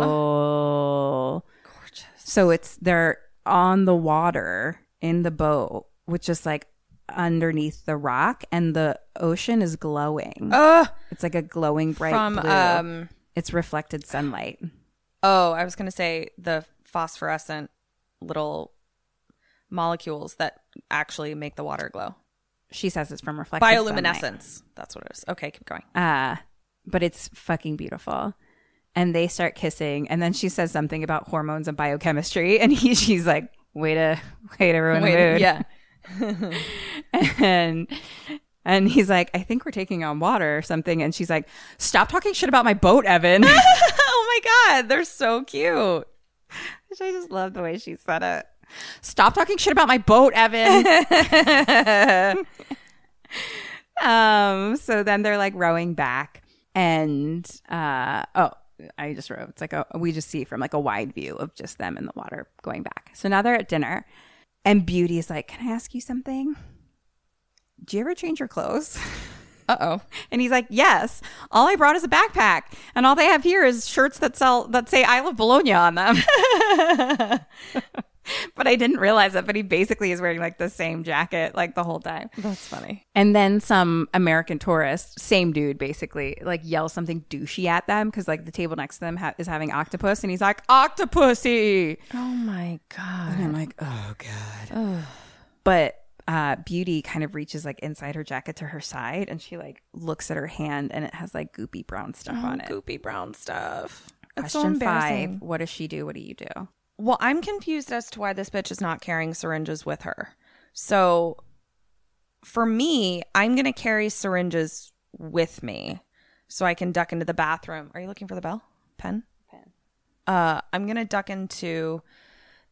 S7: beautiful. Gorgeous. So it's, they're on the water in the boat, which is like, underneath the rock and the ocean is glowing
S6: Ah.
S7: it's like a glowing bright
S6: Oh. From
S7: blue.
S6: um
S7: it's reflected sunlight
S6: oh, I was gonna say the phosphorescent little molecules that actually make the water glow.
S7: she says it's from reflected
S6: Bioluminescence.
S7: sunlight.
S6: That's what it is. Okay, keep going.
S7: uh, but it's fucking beautiful. And they start kissing, and then she says something about hormones and biochemistry, and he, she's like, "Way to, way to ruin the mood."
S6: yeah.
S7: and and he's like, "I think we're taking on water or something," and she's like, "Stop talking shit about my boat, Evan."
S6: oh my god, they're so cute.
S7: I just love the way she said it. Stop talking shit about my boat, Evan. um, so then they're like rowing back and uh oh, I just wrote it's like a we just see from like a wide view of just them in the water going back. So now they're at dinner and Beauty is like, Can I ask you something? Do you ever change your clothes?
S6: Uh oh.
S7: And he's like, "Yes. All I brought is a backpack, and all they have here is shirts that sell that say I love Bologna on them." but I didn't realize it. But he basically is wearing like the same jacket like the whole time.
S6: That's funny.
S7: And then some American tourist, same dude, basically like yells something douchey at them because like the table next to them ha- is having octopus, and he's like, "Octopusy!"
S6: Oh my god.
S7: And I'm like, "Oh god." But uh, Beauty kind of reaches like inside her jacket to her side, and she like looks at her hand, and it has like goopy brown stuff on it.
S6: Um, Goopy brown stuff. That's so
S7: Question
S6: embarrassing.
S7: five: What does she do? What do you do?
S6: Well, I'm confused as to why this bitch is not carrying syringes with her. So for me, I'm going to carry syringes with me so I can duck into the bathroom. Are you looking for the bell? Pen? Pen. Uh, I'm going to duck into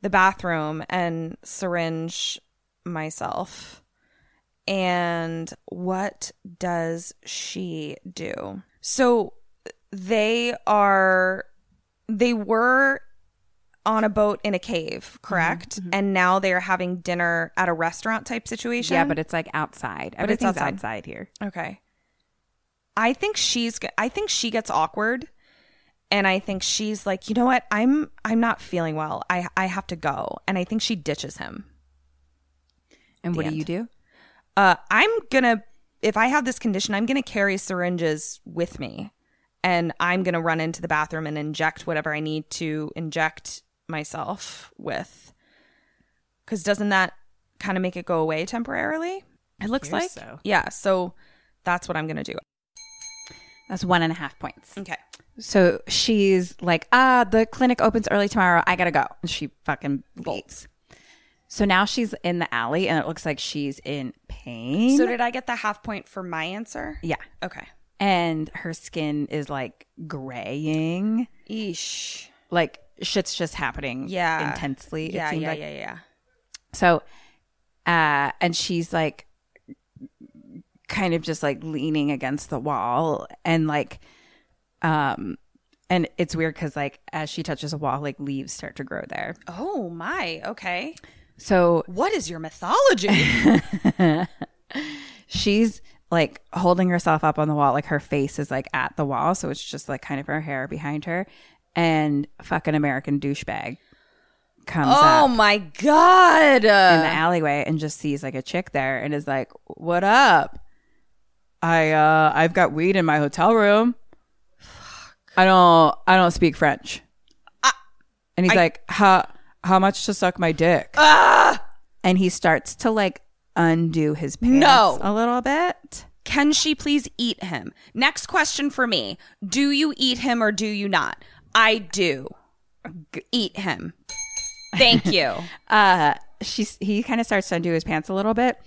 S6: the bathroom and syringe myself. And what does she do? So they are, they were on a boat in a
S7: Mm-hmm,
S6: cave, correct? And now they are having dinner at a restaurant type situation.
S7: Yeah, but it's like outside.
S6: But it's
S7: Everything's
S6: outside.
S7: outside. here.
S6: okay. I think she's. g- I think she gets awkward, and I think she's like, you know what? I'm. I'm not feeling well. I. I have to go, and I think she ditches him.
S7: And what
S6: The
S7: do you do?
S6: Uh, I'm gonna. If I have this condition, I'm gonna carry syringes with me, and I'm gonna run into the bathroom and inject whatever I need to inject myself with. Because doesn't that kind of make it go away temporarily? It looks like.
S7: so.
S6: Yeah. So that's what I'm gonna do.
S7: That's one and a half points.
S6: Okay.
S7: So she's like, ah, the clinic opens early tomorrow. I gotta go. And she fucking bolts. So now she's in the alley and it looks like she's in pain.
S6: So did I get the half point for my answer?
S7: yeah.
S6: Okay.
S7: And her skin is like graying.
S6: Eesh.
S7: Like shit's just happening
S6: Yeah.
S7: intensely.
S6: Yeah.
S7: it seemed
S6: yeah.
S7: like.
S6: yeah. Yeah.
S7: So, uh, and she's like, kind of just like leaning against the wall, and like, um, and it's weird because like as she touches a wall, like leaves start to grow there.
S6: Oh my. Okay.
S7: So
S6: What is your mythology?
S7: she's like holding herself up on the wall, like her face is like at the wall, so it's just like kind of her hair behind her, and fucking American douchebag comes up.
S6: oh my god.
S7: in the alleyway and just sees like a chick there and is like, "What up? I uh I've got weed in my hotel room. I don't I don't speak French." and he's like, "How how much to suck my dick?" and he starts to like undo his pants
S6: No.
S7: a little bit.
S6: Can she please eat him? Next question for me. Do you eat him or do you not? I do. G- eat him. Thank you.
S7: Uh she he kind of starts to undo his pants a little bit.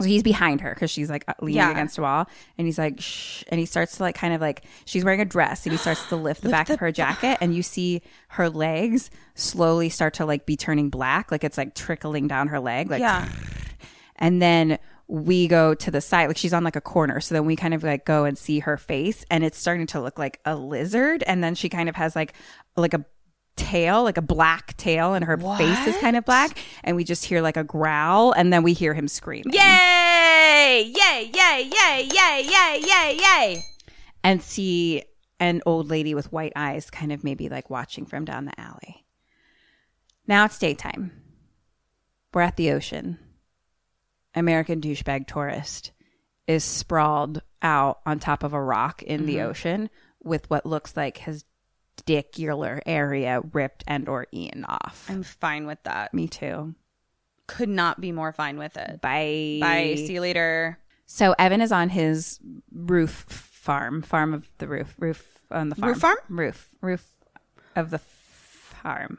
S7: So he's behind her because she's like leaning
S8: Yeah.
S7: against a wall, and he's like, shh, and he starts to like kind of like she's wearing a dress, and he starts to lift the back of her jacket, and you see her legs slowly start to like be turning black, like it's like trickling down her leg, like
S8: Yeah.
S7: and then we go to the side like she's on like a corner so then we kind of like go and see her face and it's starting to look like a lizard and then she kind of has like like a tail like a black tail and her face is kind of black and we just hear like a growl and then we hear him scream
S8: Yay! Yay! Yay! Yay! Yay! Yay! Yay! Yay!
S7: and see an old lady with white eyes kind of maybe like watching from down the alley now it's daytime we're at the ocean American douchebag tourist is sprawled out on top of a rock in the ocean with what looks like his dicular area ripped and or eaten off.
S8: I'm fine with that.
S7: Me too.
S8: Could not be more fine with it.
S7: Bye.
S8: Bye. See you later.
S7: So Evan is on his roof farm, farm of the roof, roof on the farm.
S8: Roof farm?
S7: Roof, roof of the farm.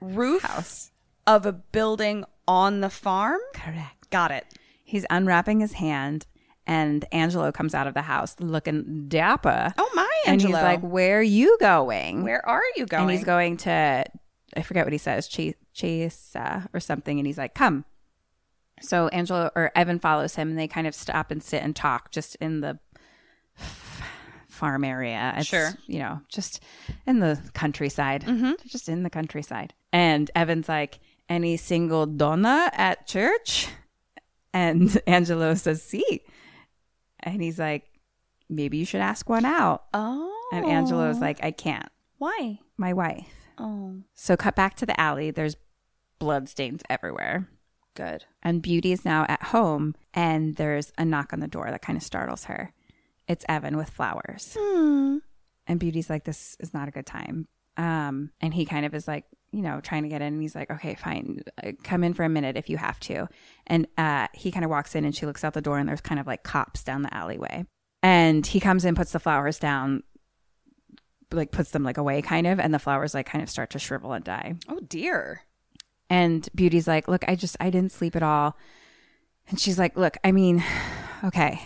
S8: Roof of a building on the farm.
S7: Correct.
S8: Got it.
S7: He's unwrapping his hand and Angelo comes out of the house looking dapper.
S8: Oh my,
S7: and
S8: Angelo.
S7: he's like, "Where are you going?"
S8: Where are you going?
S7: And he's going to, I forget what he says, chase, chase uh, or something. And he's like, come. So Angela or Evan follows him and they kind of stop and sit and talk just in the f- farm area. It's,
S8: Sure. Mm-hmm.
S7: You know, just in the countryside. They're Just in the countryside. And Evan's like, any single donna at church? And Angelo says, see. And he's like, maybe you should ask one out.
S8: Oh.
S7: And Angelo's like, I can't
S8: Why?
S7: my wife.
S8: Oh.
S7: So cut back to the alley. There's blood stains everywhere.
S8: Good.
S7: And Beauty is now at home and there's a knock on the door that kind of startles her. It's Evan with flowers. And Beauty's like, This is not a good time. Um, and he kind of is like, you know, trying to get in. And he's like, Okay, fine. Uh, Come in for a minute if you have to. And uh, he kind of walks in and she looks out the door and there's kind of like cops down the alleyway. And he comes in, puts the flowers down, like puts them like away kind of. And the flowers like kind of start to shrivel and die.
S8: Oh dear.
S7: And Beauty's like, Look, I just, I didn't sleep at all. And she's like, Look, I mean, okay,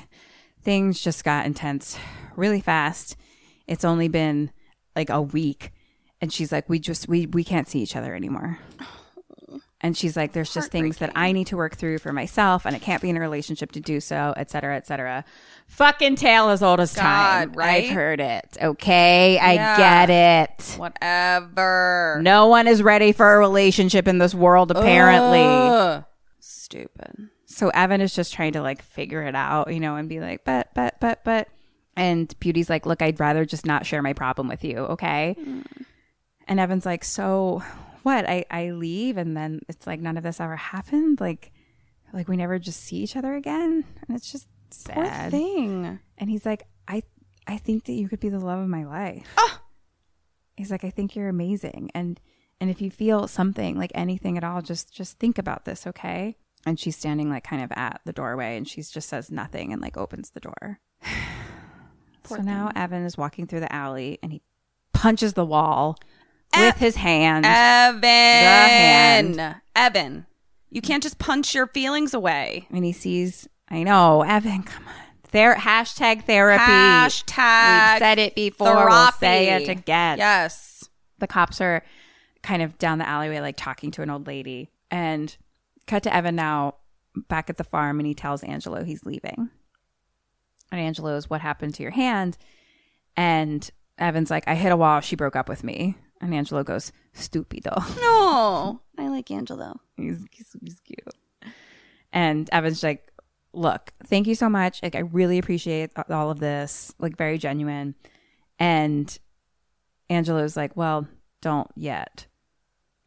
S7: things just got intense really fast. It's only been like a week. And she's like, We just, we, we can't see each other anymore. And she's like, There's just things that I need to work through for myself, and I can't be in a relationship to do so, et cetera, et cetera. Fucking tale as old as time.
S8: God, right?
S7: I've heard it. Okay. I
S8: Yeah.
S7: get it.
S8: Whatever.
S7: No one is ready for a relationship in this world, apparently.
S8: Ugh. Stupid.
S7: So Evan is just trying to like figure it out, you know, and be like, but, but, but, but. And Beauty's like, look, I'd rather just not share my problem with you, okay? And Evan's like, so what? I, I leave and then it's like none of this ever happened. Like, like we never just see each other again. And it's just sad.
S8: Thing.
S7: And he's like, I, I think that you could be the love of my life.
S8: Ah!
S7: He's like, I think you're amazing, and and if you feel something like anything at all, just just think about this, okay? And she's standing like kind of at the doorway, and she just says nothing and like opens the door. so now Evan is walking through the alley, and he punches the wall
S8: Eh!
S7: with his hand.
S8: Evan.
S7: hand.
S8: Evan. You can't just punch your feelings away.
S7: and he sees, I know, Evan, come on. There, hashtag therapy.
S8: Hashtag
S7: We've said it before. We'll say
S8: therapy.
S7: it again.
S8: Yes.
S7: the cops are kind of down the alleyway, like talking to an old lady. And cut to Evan now back at the farm, and he tells Angelo he's leaving. And Angelo is, What happened to your hand? And Evan's like, I hit a wall. She broke up with me. And Angelo goes, Stupido.
S8: No.
S4: I like Angelo.
S7: He's, he's, he's cute. And Evan's like, look, thank you so much. Like, I really appreciate all of this. Like, very genuine. And Angelo's like, well, don't yet.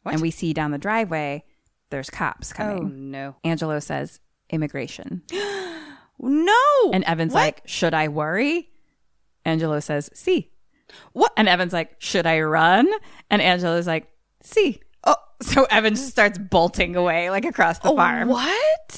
S7: And we see down the driveway, there's cops coming.
S8: no.
S7: Angelo says, immigration.
S8: No.
S7: And Evan's
S8: What?
S7: like, should I worry? Angelo says, see. What? And Evan's like, should I run? And Angelo's like, see. Oh. So Evan just starts bolting away, like across the farm.
S8: What?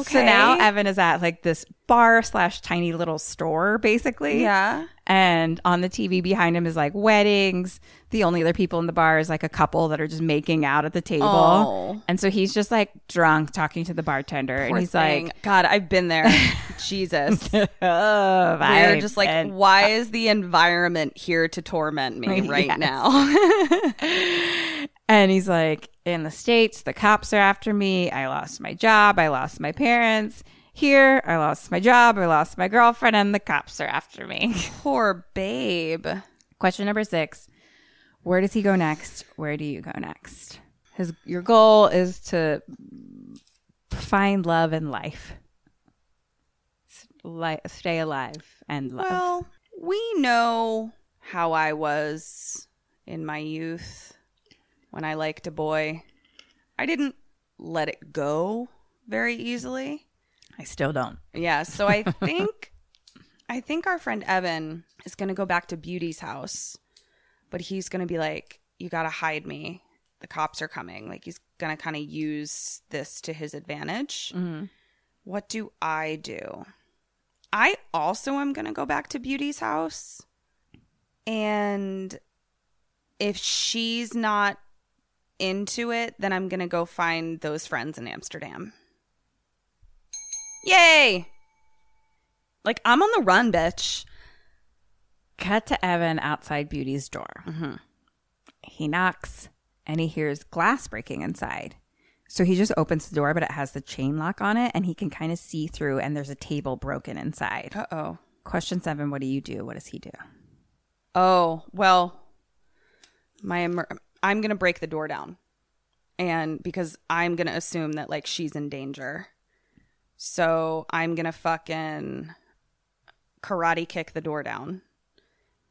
S7: So now Evan is at like this bar slash tiny little store, basically.
S8: Yeah.
S7: And on the TV behind him is like weddings. The only other people in the bar is like a couple that are just making out at the table.
S6: Oh.
S7: And so he's just like drunk talking to the bartender. and he's like,
S6: God, I've been there. Jesus. we
S7: oh,
S6: are
S7: I
S6: just like,
S7: been-
S6: why is the environment here to torment me right
S7: Yes.
S6: now?
S7: And he's like, in the States, the cops are after me. I lost my job. I lost my parents. Here, I lost my job. I lost my girlfriend, and the cops are after me.
S6: Poor babe.
S7: Question number six Where does he go next? Where do you go next? His, your goal is to find love and life, S- li- stay alive and love.
S6: Well, we know how I was in my youth when I liked a boy. I didn't let it go very easily.
S7: I still don't.
S6: Yeah, so I think I think our friend Evan is going to go back to Beauty's house, but he's going to be like, "You got to hide me. The cops are coming." Like he's going to kind of use this to his advantage.
S7: Mm-hmm.
S6: What do I do? I also am going to go back to Beauty's house. And if she's not into it, then I'm going to go find those friends in Amsterdam. Yay! Like, I'm on the run, bitch.
S7: Cut to Evan outside Beauty's door.
S6: Mm-hmm.
S7: He knocks and he hears glass breaking inside. So he just opens the door, but it has the chain lock on it and he can kind of see through, and there's a table broken inside.
S6: Uh oh.
S7: Question seven What do you do? What does he do?
S6: Oh, well, my emer- I'm going to break the door down. And because I'm going to assume that like she's in danger. So I'm going to fucking karate kick the door down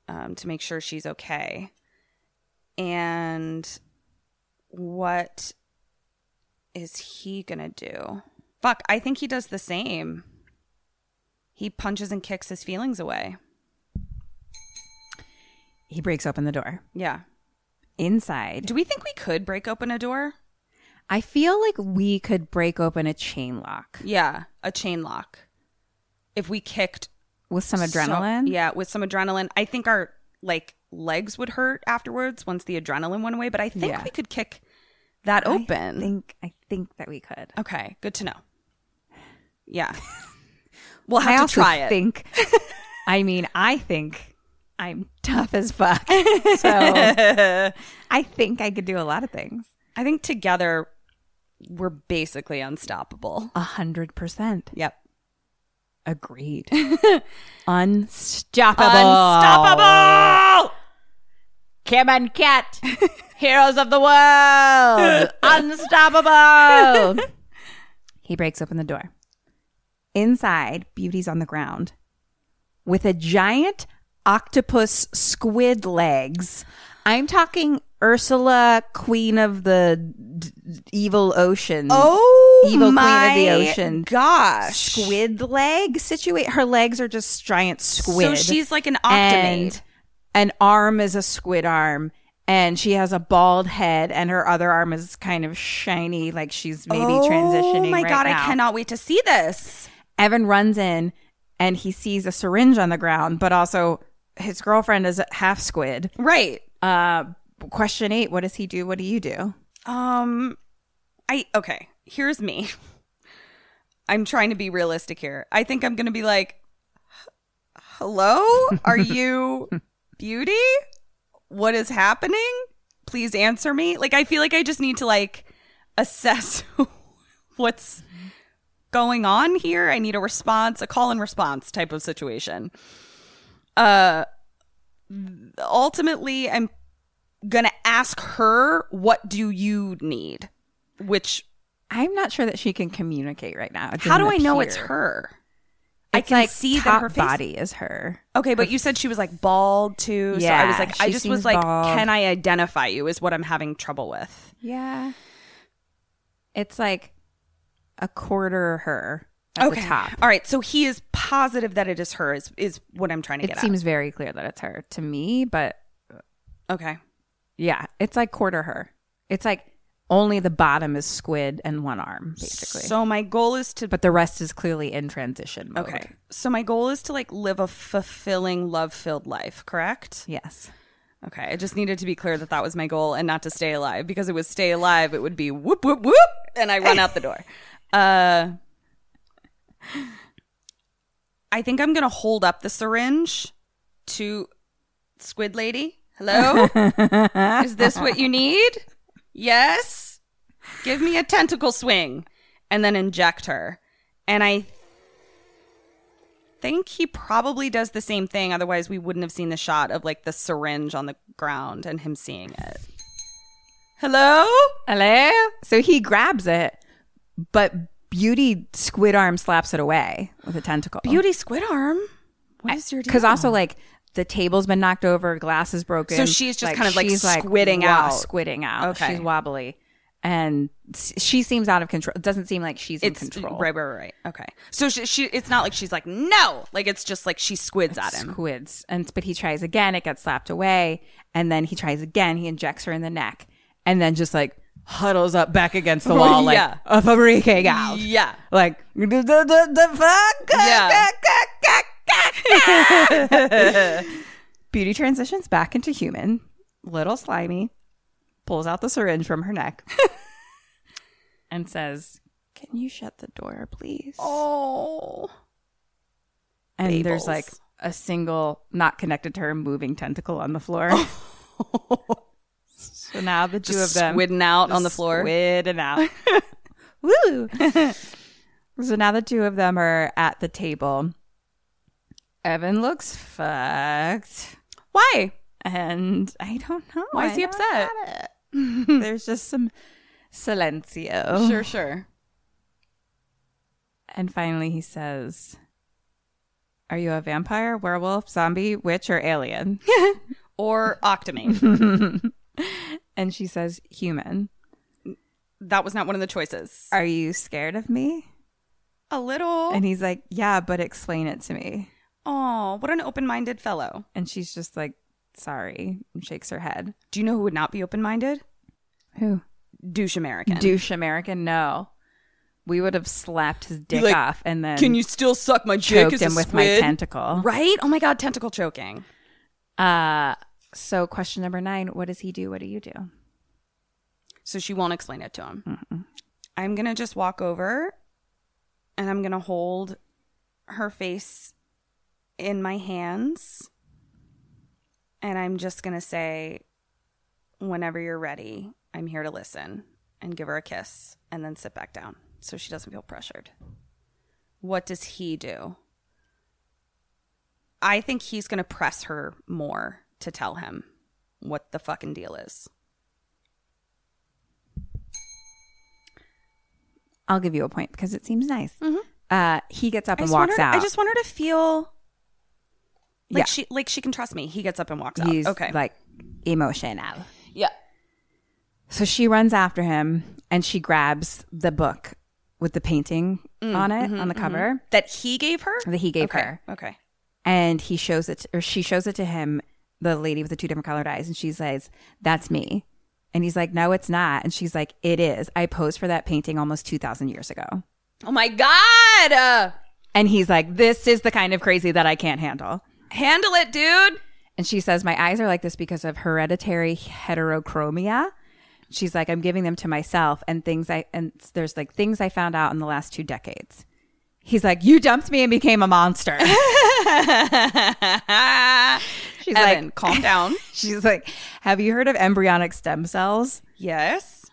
S6: um, to make sure she's okay. And what is he going to do? Fuck, I think he does the same. He punches and kicks his feelings away.
S7: He breaks open the door.
S6: Yeah.
S7: Inside,
S6: Do we think we could break open a door?
S7: I feel like we could break open a chain lock
S6: Yeah, a chain lock. If we kicked
S7: with some
S6: so-
S7: adrenaline.
S6: yeah, with some adrenaline. I think our like legs would hurt afterwards once the adrenaline went away, but I think
S7: Yeah.
S6: we could kick that
S7: I
S6: open.
S7: think, I think that we could.
S6: okay, good to know. Yeah. we'll
S7: I
S6: have to
S7: also
S6: try it.
S7: think. I mean, I think I'm tough as fuck. So I think I could do a lot of things.
S6: I think together we're basically unstoppable.
S7: A hundred percent
S6: Yep.
S7: agreed. Unstoppable.
S6: Unstoppable!
S7: Kim and Kat, heroes of the world, unstoppable. he breaks open the door. Inside, Beauty's on the ground with a giant octopus squid legs. I'm talking Ursula, queen of the d- d- evil ocean.
S6: Oh
S7: Evil queen of the ocean.
S6: Gosh.
S7: Squid leg situation. Her legs are just giant squid.
S6: So she's like an
S7: and
S6: octomate.
S7: an arm is a squid arm and she has a bald head and her other arm is kind of shiny like she's maybe transitioning
S6: Oh my
S7: right
S6: god,
S7: now.
S6: I cannot wait to see this.
S7: evan runs in and he sees a syringe on the ground but also his girlfriend is a half squid
S6: Right.
S7: uh question eight what does he do what do you do
S6: Um I okay, here's me. I'm trying to be realistic here. I think I'm going to be like, "Hello? Are you Beauty? What is happening? Please answer me." Like I feel like I just need to like assess what's going on here. I need a response, a call and response type of situation. Uh ultimately I'm gonna ask her what do you need which
S7: i'm not sure that she can communicate right now It
S6: how do
S7: doesn't
S6: i know it's
S7: appear.
S6: her i
S7: It's
S6: can
S7: like
S6: see
S7: top
S6: that her face
S7: body is her
S6: okay but you said she was like bald too so i was
S7: Yeah,
S6: like i
S7: she
S6: just was
S7: seems
S6: like
S7: bald.
S6: can i identify you is what i'm having trouble with
S7: Yeah. It's like a quarter her at the top.
S6: all right so he is positive that it is her is, is what i'm trying to
S7: It
S6: get
S7: seems very clear that it's her to me, but
S6: at okay
S7: yeah, it's like quarter her. It's like Only the bottom is squid and one arm, basically.
S6: So my goal is to
S7: but the rest is clearly in transition mode.
S6: Okay. So my goal is to like live a fulfilling, love-filled life, correct?
S7: Yes.
S6: Okay. I just needed to be clear that that was my goal and not to stay alive because it was stay alive, it would be whoop whoop whoop and I run out the door. Uh I think I'm going to hold up the syringe to Squid Lady. Hello? Is this what you need? Yes. Give me a tentacle swing and then inject her. And I think he probably does the same thing. Otherwise, we wouldn't have seen the shot of like the syringe on the ground and him seeing it. Hello?
S7: Hello? So he grabs it, but Beauty Squid Arm slaps it away with a tentacle.
S6: Beauty Squid Arm? What is your deal?
S7: Because also, like, the table's been knocked over, glass is broken.
S6: So she's just kind of, like, squidding out.
S7: Squidding out.
S6: Okay.
S7: She's wobbly. And s- she seems out of control. It doesn't seem like she's
S6: it's
S7: in control.
S6: right, right, right, right. Okay. So she, she, it's not like she's like no, like it's just like she squids at him.
S7: squids and but he tries again it gets slapped away and then he tries again he injects her in the neck and then just like huddles up back against the wall like
S6: Yeah.
S7: a freaking out
S6: Yeah.
S7: like the, the, the, the fuck
S6: Yeah.
S7: beauty transitions back into human little slimy pulls out the syringe from her neck and says can you shut the door please
S6: Oh.
S7: and there's like a single not connected to her moving tentacle on the floor. so now the two of
S6: Just
S7: them
S6: squidding out on the floor.
S7: squidding out. Woo! so now the two of them are at the table. Evan looks fucked,
S6: Why?
S7: and I don't know.
S6: Why is he
S7: I don't
S6: upset?
S7: get it. There's just some silencio,
S6: Sure, sure.
S7: and finally he says. Are you a vampire, werewolf, zombie, witch, or alien?
S6: Or octomane.
S7: And she says, Human,
S6: that was not one of the choices.
S7: are you scared of me?
S6: A little.
S7: And he's like, Yeah, but explain it to me.
S6: oh, what an open-minded fellow.
S7: And she's just like, Sorry, and shakes her head.
S6: Do you know who would not be open-minded?
S7: Who?
S6: Douche American.
S7: Douche American, no. We would have slapped his dick
S6: like,
S7: off and then
S6: Can you still suck my dick
S7: choked
S6: as a
S7: him with my
S6: squid?
S7: tentacle.
S6: Right? Oh my god, tentacle choking.
S7: Uh, so, question number nine What does he do? What do you do?
S6: So she won't explain it to him. I'm going to just walk over and I'm going to hold her face in my hands. And I'm just going to say, whenever you're ready, I'm here to listen and give her a kiss and then sit back down so she doesn't feel pressured. What does he do? I think he's going to press her more to tell him what the fucking deal is.
S7: I'll give you a point because it seems nice. Uh, he gets up and walks
S6: want her,
S7: out.
S6: Mm-hmm. I just want her to feel like
S7: Yeah.
S6: she like she can trust me. He gets up and walks
S7: He's
S6: out. Okay.
S7: like emotional.
S6: yeah.
S7: So she runs after him and she grabs the book with the painting on it on the cover
S6: That he gave her?
S7: that he gave
S6: Mm, mm-hmm, okay.
S7: her.
S6: Okay.
S7: And he shows it or she shows it to him, the lady with the two different colored eyes, and she says, That's me. And he's like, No, it's not. And she's like, It is. I posed for that painting almost two thousand years ago.
S6: Oh my god. Uh,
S7: And he's like, This is the kind of crazy that I can't handle.
S6: handle it, dude.
S7: And she says, My eyes are like this because of hereditary heterochromia. She's like, I'm giving them to myself and things I, and there's like things I found out in the last two decades. He's like, You dumped me and became a monster.
S6: She's
S7: like-
S6: like, calm down.
S7: She's like, Have you heard of embryonic stem cells?
S6: yes.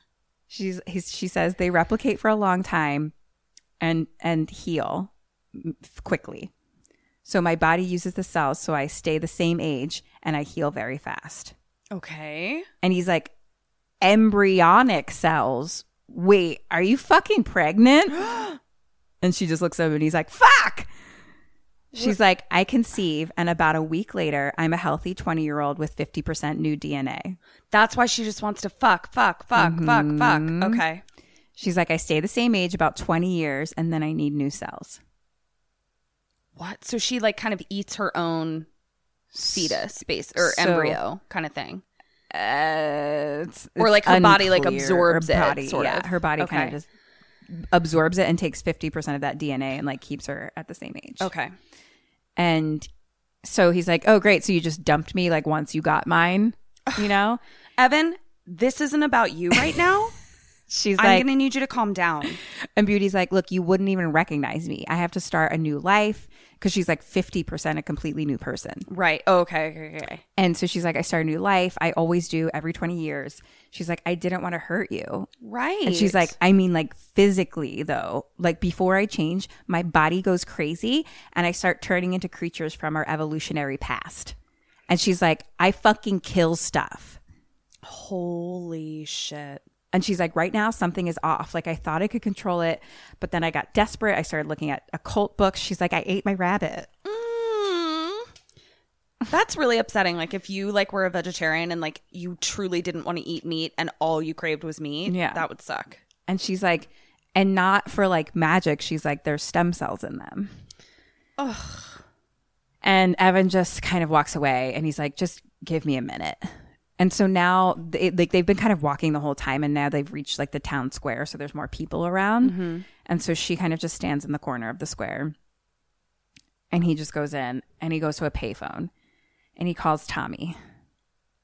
S7: She's, he's, she says, They replicate for a long time and, and heal m- quickly. So my body uses the cells so I stay the same age and I heal very fast.
S6: Okay.
S7: And he's like, embryonic cells. Wait, are you fucking pregnant? and she just looks up and he's like, fuck. She's like, I conceive. And about a week later, I'm a healthy 20 year old with 50% new DNA.
S6: That's why she just wants to fuck, fuck, fuck,
S7: Mm-hmm.
S6: fuck, fuck. Okay.
S7: She's like, I stay the same age about 20 years and then I need new cells.
S6: What? So she like kind of eats her own fetus space or
S7: So-
S6: embryo kind of thing.
S7: uh, it's,
S6: Or,
S7: it's
S6: like, her body, like,
S7: unclear.
S6: absorbs it,
S7: Her body,
S6: sort
S7: yeah,
S6: of.
S7: her body kind
S6: Okay.
S7: of just absorbs it and takes fifty percent of that DNA and like keeps her at the same age.
S6: Okay.
S7: And so he's like, "Oh, great! So you just dumped me like once you got mine, you know?"
S6: Evan, this isn't about you right now.
S7: She's
S6: I'm
S7: like,
S6: going to need you to calm down.
S7: and Beauty's like, "Look, you wouldn't even recognize me. I have to start a new life." Because she's like fifty percent a completely new person.
S6: Right. Oh, Okay. Okay. Okay.
S7: And so she's like, I start a new life. I always do every 20 years. She's like, I didn't want to hurt you.
S6: Right.
S7: And she's like, I mean, like physically though, like before I change, my body goes crazy and I start turning into creatures from our evolutionary past. And she's like, I fucking kill stuff.
S6: holy shit.
S7: And she's like, right now, something is off. Like, I thought I could control it, but then I got desperate. I started looking at occult books. She's like, I ate my rabbit.
S6: Hmm. That's really upsetting. Like if you like were a vegetarian and like you truly didn't want to eat meat and all you craved was meat,
S7: Yeah.
S6: that would suck.
S7: And she's like, and not for like magic. She's like, there's stem cells in them. And Evan just kind of walks away and he's like, just give me a minute. And so now, they, like, they've been kind of walking the whole time and now they've reached like the town square. So there's more people around. And so she kind of just stands in the corner of the square. And he just goes in and he goes to a payphone and he calls Tommy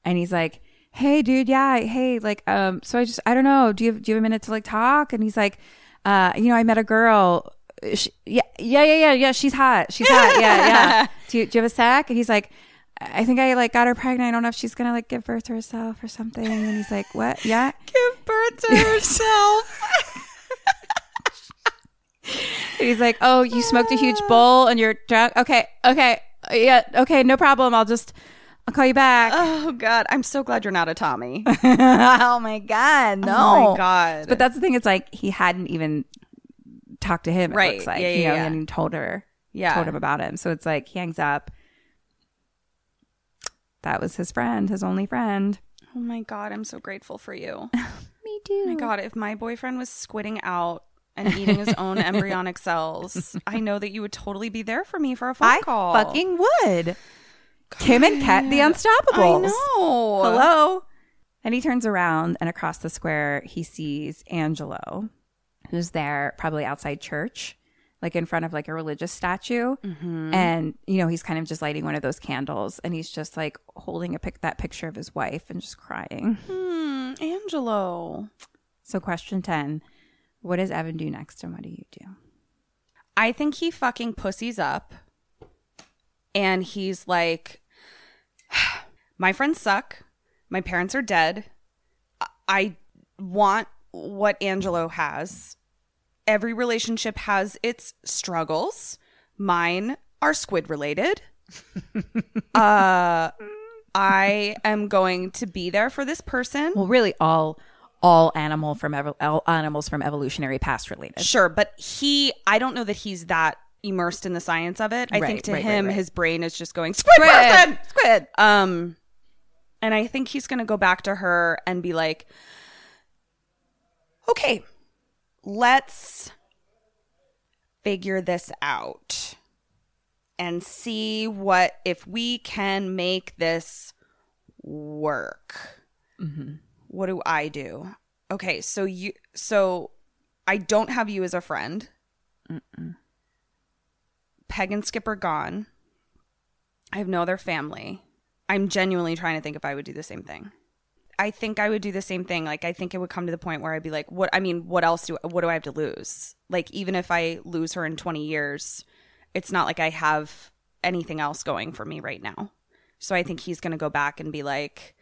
S7: and he's like, "Hey, dude, yeah, hey, like, um, so I just, I don't know, do you have, do you have a minute to like talk?" And he's like, "Uh, you know, I met a girl, she, yeah, yeah, yeah, yeah, yeah, she's hot, she's hot, yeah, yeah. Do you, do you have a sec?" And he's like, "I think I like got her pregnant. I don't know if she's gonna like give birth to herself or something." And he's like, "What? Yeah."
S6: Give birth to herself.
S7: And he's like, "Oh, you smoked a huge bowl and you're drunk. Okay, okay, yeah, okay, no problem. I'll just, I'll call you back."
S6: oh god, I'm so glad you're not a Tommy.
S7: oh my god, no!
S6: Oh my god.
S7: But that's the thing. It's like he hadn't even talked to him.
S6: Right.
S7: It looks like
S6: Yeah,
S7: you
S6: yeah,
S7: know,
S6: yeah.
S7: and he told her.
S6: Yeah.
S7: Told him about him. So it's like he hangs up. That was his friend, his only friend.
S6: Oh my god, I'm so grateful for you. Me too. my god, if my boyfriend was squitting out and eating his own embryonic cells, I know that you would totally be there for me for a phone
S7: I
S6: call.
S7: fucking would. Kim and Kat, the
S6: I
S7: Unstoppables.
S6: know.
S7: Hello. And he turns around and across the square, he sees Angelo, who's there probably outside church, like in front of like a religious statue. And, you know, he's kind of just lighting one of those candles and he's just like holding a pic- that picture of his wife and just crying.
S6: Hmm, Angelo.
S7: So, question 10 What does Evan do next and what do you do?
S6: I think he fucking pussies up and he's like, My friends suck. My parents are dead. I- I want what Angelo has. Every relationship has its struggles. Mine are squid related. uh, I am going to be there for this person.
S7: Well, really, all. All animal from ev- all animals from evolutionary past related.
S6: Sure, but he, I don't know that he's that immersed in the science of it. I think
S7: Right,
S6: to
S7: right, right,
S6: him,
S7: right.
S6: his brain is just going squid, person,
S7: Squid.
S6: Um, and I think he's gonna go back to her and be like, "Okay, let's figure this out and see what if we can make this work."
S7: Mm-hmm.
S6: What do I do? Okay, so you, so I don't have you as a friend. Peg and Skip are gone. I have no other family. I'm genuinely trying to think if I would do the same thing. I think I would do the same thing. Like I think it would come to the point where I'd be like, what I mean, what else do what do I have to lose? Like even if I lose her in 20 years, it's not like I have anything else going for me right now. So I think he's going to go back and be like,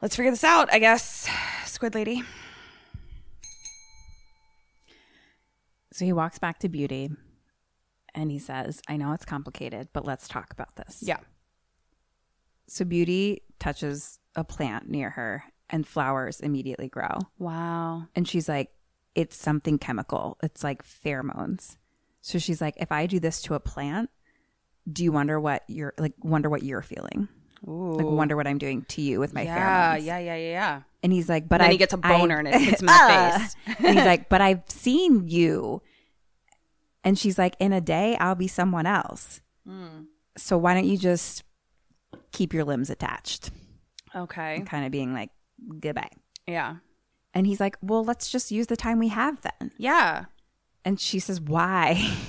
S6: let's figure this out, I guess. Squid lady.
S7: So he walks back to Beauty and he says, I know it's complicated, but let's talk about this.
S6: Yeah.
S7: So Beauty touches a plant near her and flowers immediately grow.
S6: Wow.
S7: And she's like, it's something chemical. It's like pheromones. So she's like, if I do this to a plant, do you wonder what you're like wonder what you're feeling? Like wonder what I'm doing to you with my
S6: Yeah,
S7: pheromones.
S6: yeah, yeah, yeah, yeah.
S7: And he's like, but
S6: Then
S7: I
S6: he gets a boner
S7: I-
S6: and it hits him in the face.
S7: and he's like, but I've seen you. And she's like, in a day, I'll be someone else. So why don't you just keep your limbs attached?
S6: Okay.
S7: kind of being like, goodbye.
S6: Yeah.
S7: And he's like, well, let's just use the time we have then.
S6: Yeah.
S7: And she says, why?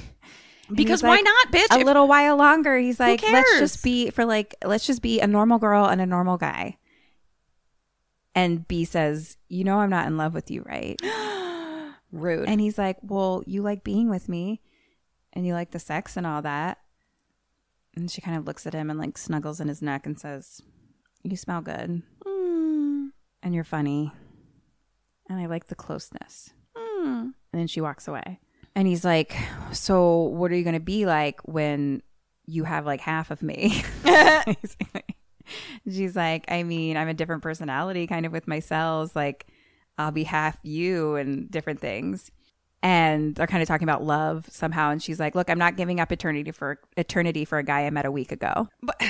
S7: And
S6: Because
S7: he's
S6: why
S7: like,
S6: not, bitch?
S7: A
S6: If-
S7: little while longer. He's like, let's
S6: cares?
S7: just be for like, let's just be a normal girl and a normal guy. And B says, you know, I'm not in love with you, right?
S6: Rude.
S7: And he's like, Well, you like being with me and you like the sex and all that. And she kind of looks at him and like snuggles in his neck and says, You smell good. And you're funny. And I like the closeness. And then she walks away. And he's like, So what are you going to be like when you have like half of me? He's like- She's like, I mean, I'm a different personality kind of with my cells. Like, I'll be half you and different things. And they're kind of talking about love somehow. And she's like, Look, I'm not giving up eternity for eternity for a guy I met a week ago. But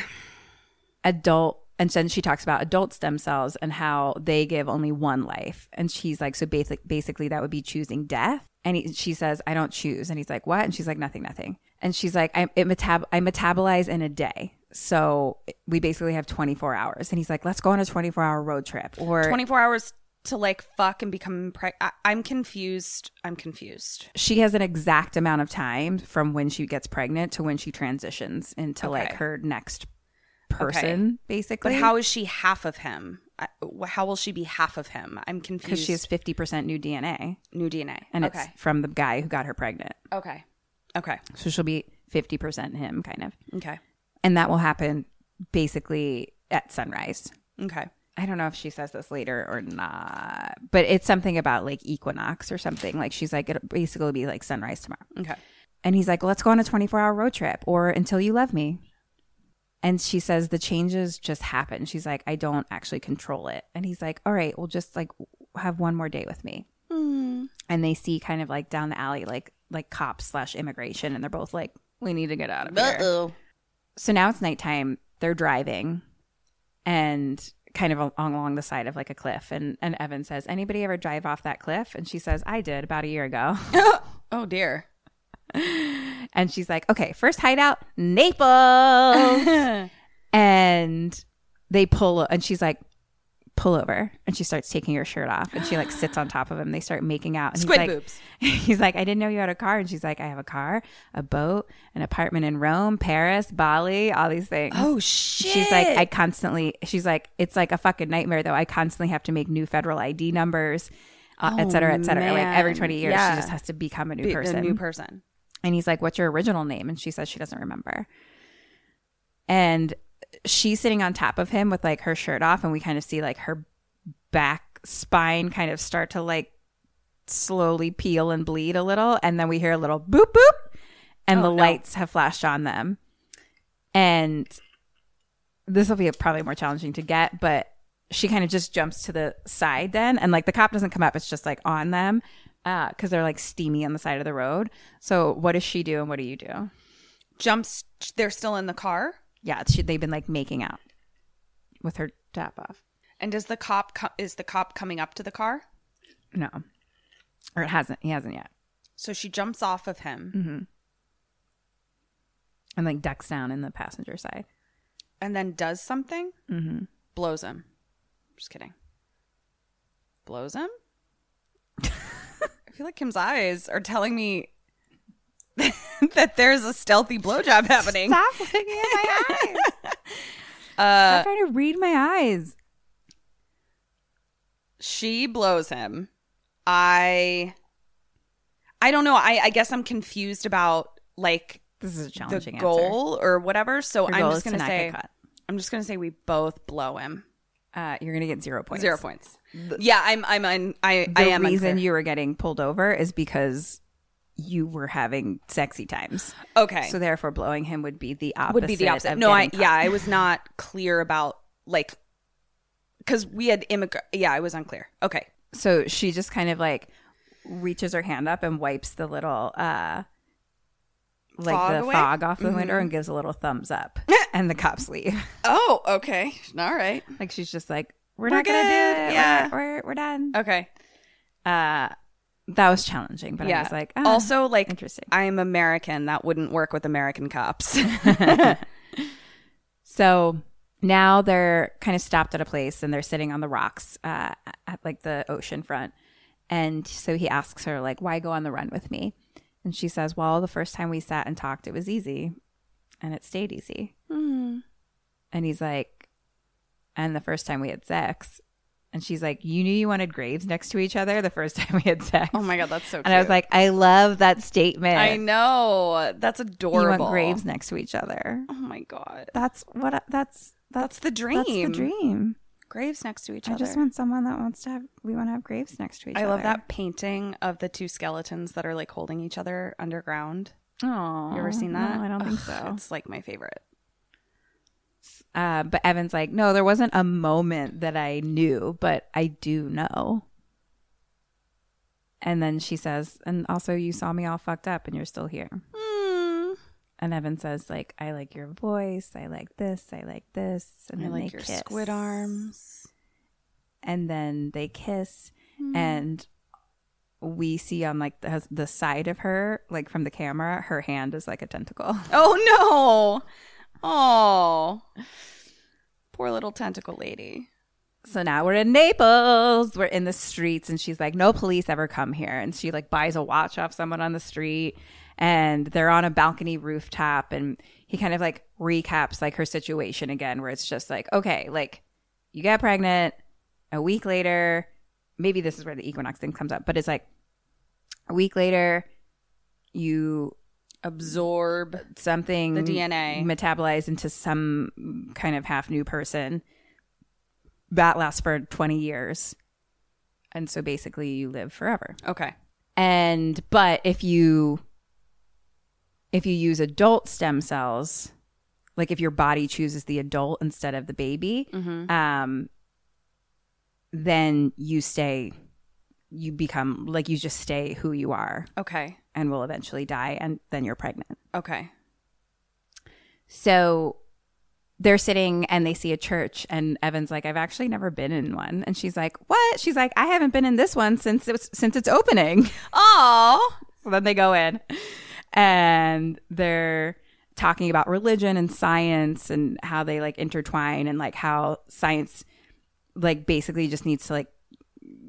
S7: adult and then she talks about adult stem cells and how they give only one life. And she's like, So basic, basically that would be choosing death. And he, she says, I don't choose. And he's like, What? And she's like, Nothing, nothing. And she's like, I, it metab- I metabolize in a day. So we basically have 24 hours. And he's like, Let's go on a 24 hour road trip. Or
S6: 24 hours to like fuck and become pre- I- I'm confused. I'm confused.
S7: she has an exact amount of time from when she gets pregnant to when she transitions into like
S6: Okay.
S7: her next person,
S6: But
S7: basically.
S6: how is she half of him? I, wh- how will she be half of him? I'm confused.
S7: Because she has fifty percent new DNA,
S6: new DNA.
S7: and
S6: okay.
S7: it's from the guy who got her pregnant,
S6: okay. Okay.
S7: so she'll be fifty percent him, kind of,
S6: Okay.
S7: and that will happen basically at sunrise.
S6: Okay.
S7: I don't know if she says this later or not, but it's something about like equinox or something. Like she's like, it'll basically be like sunrise tomorrow.
S6: Okay.
S7: And he's like, let's go on a 24 hour road trip or until you love me. And she says, the changes just happen. She's like, I don't actually control it. And he's like, all right, well, just like have one more day with me. And they see kind of like down the alley, like, like cops slash immigration. And they're both like, we need to get out of here. So now it's nighttime. They're driving and kind of al- along the side of like a cliff. And, and Evan says, anybody ever drive off that cliff? And she says, I did about a year ago.
S6: Oh dear.
S7: And she's like, okay, first hideout, Naples. and they pull, and she's like, pull over. And she starts taking her shirt off. And she like sits on top of him. They start making out. And
S6: Squid
S7: he's like,
S6: boobs.
S7: He's like, I didn't know you had a car. And she's like, I have a car, a boat, an apartment in Rome, Paris, Bali, all these things.
S6: Oh shit.
S7: She's like, I constantly, she's like, it's like a fucking nightmare though. I constantly have to make new federal ID numbers, uh, et cetera, et cetera. Like every
S6: Oh, man.
S7: 20 years,
S6: Yeah.
S7: she just has to become a new
S6: Be-
S7: person.
S6: The new person.
S7: And he's like, What's your original name? And she says she doesn't remember. And she's sitting on top of him with like her shirt off, and we kind of see like her back spine kind of start to like slowly peel and bleed a little. And then we hear a little boop boop,
S6: Oh,
S7: and the lights have flashed on them. And this will be probably more challenging to get, but she kind of just jumps to the side then, and like the cop doesn't come up; it's just like on them because they're like steamy on the side of the road. So what does she do, and what do you do?
S6: Jumps. They're still in the car.
S7: Yeah, she, they've been like making out with her tap off.
S6: And does the cop co- is the cop coming up to the car?
S7: No, or it hasn't. He hasn't yet.
S6: So she jumps off of him,
S7: And like ducks down in the passenger side.
S6: and then does something. Mm-hmm. Blows him. Just kidding. Blows him. I feel like Kim's eyes are telling me that there's a stealthy blowjob happening.
S7: Stop looking at my eyes. I'm trying to read my eyes.
S6: she blows him i i don't know i i guess i'm confused about like
S7: This is a
S6: the
S7: challenging answer.
S6: goal or whatever so
S7: Your
S6: i'm
S7: goal
S6: just
S7: is to
S6: gonna
S7: not
S6: say
S7: get caught.
S6: i'm just gonna say we both blow him
S7: Uh, you're gonna get zero points.
S6: zero points yeah i'm i'm un, i
S7: The
S6: i am
S7: reason
S6: unclear.
S7: you were getting pulled over is because you were having sexy times.
S6: okay
S7: So therefore, blowing him would be the opposite.
S6: would be the opposite
S7: of
S6: no i
S7: getting caught.
S6: yeah i was not clear about like because we had immigrant yeah i was unclear okay
S7: So she just kind of like reaches her hand up and wipes the little uh like
S6: Fog
S7: the
S6: away? Mm-hmm.
S7: fog off the window and gives a little thumbs up. and the cops leave.
S6: oh okay all right
S7: Like she's just like, we're,
S6: We're
S7: not gonna do
S6: good.
S7: it.
S6: Yeah.
S7: We're, we're we're done.
S6: okay
S7: That was challenging, but I was like, ah,
S6: also like
S7: interesting.
S6: i'm american that wouldn't work with american cops
S7: So now they're kind of stopped at a place and they're sitting on the rocks uh, at like the ocean front and so he asks her like why go on the run with me and she says well the first time we sat and talked it was easy and it stayed easy
S6: Hmm.
S7: and he's like and the first time we had sex and she's like you knew you wanted graves next to each other the first time we had sex
S6: Oh my god, that's so cute.
S7: and i was like i love that statement
S6: I know. That's
S7: you
S6: adorable.
S7: want graves next to each other
S6: Oh my god.
S7: that's what I- that's that's,
S6: That's the dream.
S7: that's the dream
S6: Graves next to each
S7: I
S6: other.
S7: just want someone that wants to have. We want to have graves next to each
S6: I
S7: other.
S6: love that painting of the two skeletons that are like holding each other underground.
S7: Oh,
S6: You ever seen that?
S7: I don't think
S6: Ugh,
S7: so.
S6: It's like my favorite.
S7: Uh, but Evan's like, no, there wasn't a moment that I knew, but I do know. And then she says, and also you saw me all fucked up, and you're still here. Hmm. And Evan says, like, I like your voice. I like this. I like this. And
S6: I
S7: then
S6: like
S7: they
S6: your
S7: kiss.
S6: squid arms.
S7: and then they kiss
S6: Hmm.
S7: and we see on like the, the side of her like from the camera her hand is like a tentacle
S6: Oh no. Oh. Poor little tentacle lady.
S7: so now we're in naples we're in the streets and she's like no police ever come here and she like buys a watch off someone on the street and they're on a balcony rooftop and he kind of like recaps like her situation again where it's just like okay like you get pregnant a week later maybe this is where the equinox thing comes up but it's like a week later you
S6: Absorb.
S7: something
S6: The DNA.
S7: metabolized into some kind of half new person that lasts for 20 years and so basically you live forever
S6: Okay.
S7: and but if you if you use adult stem cells like if your body chooses the adult instead of the baby um then you stay you become like you just stay who you are
S6: Okay.
S7: and will eventually die and then you're pregnant
S6: Okay.
S7: so they're sitting and they see a church, and Evan's like, "I've actually never been in one," and she's like, "What?" She's like, "I haven't been in this one since it was, since its opening."
S6: Oh.
S7: so then they go in, and they're talking about religion and science and how they like intertwine and like how science like basically just needs to like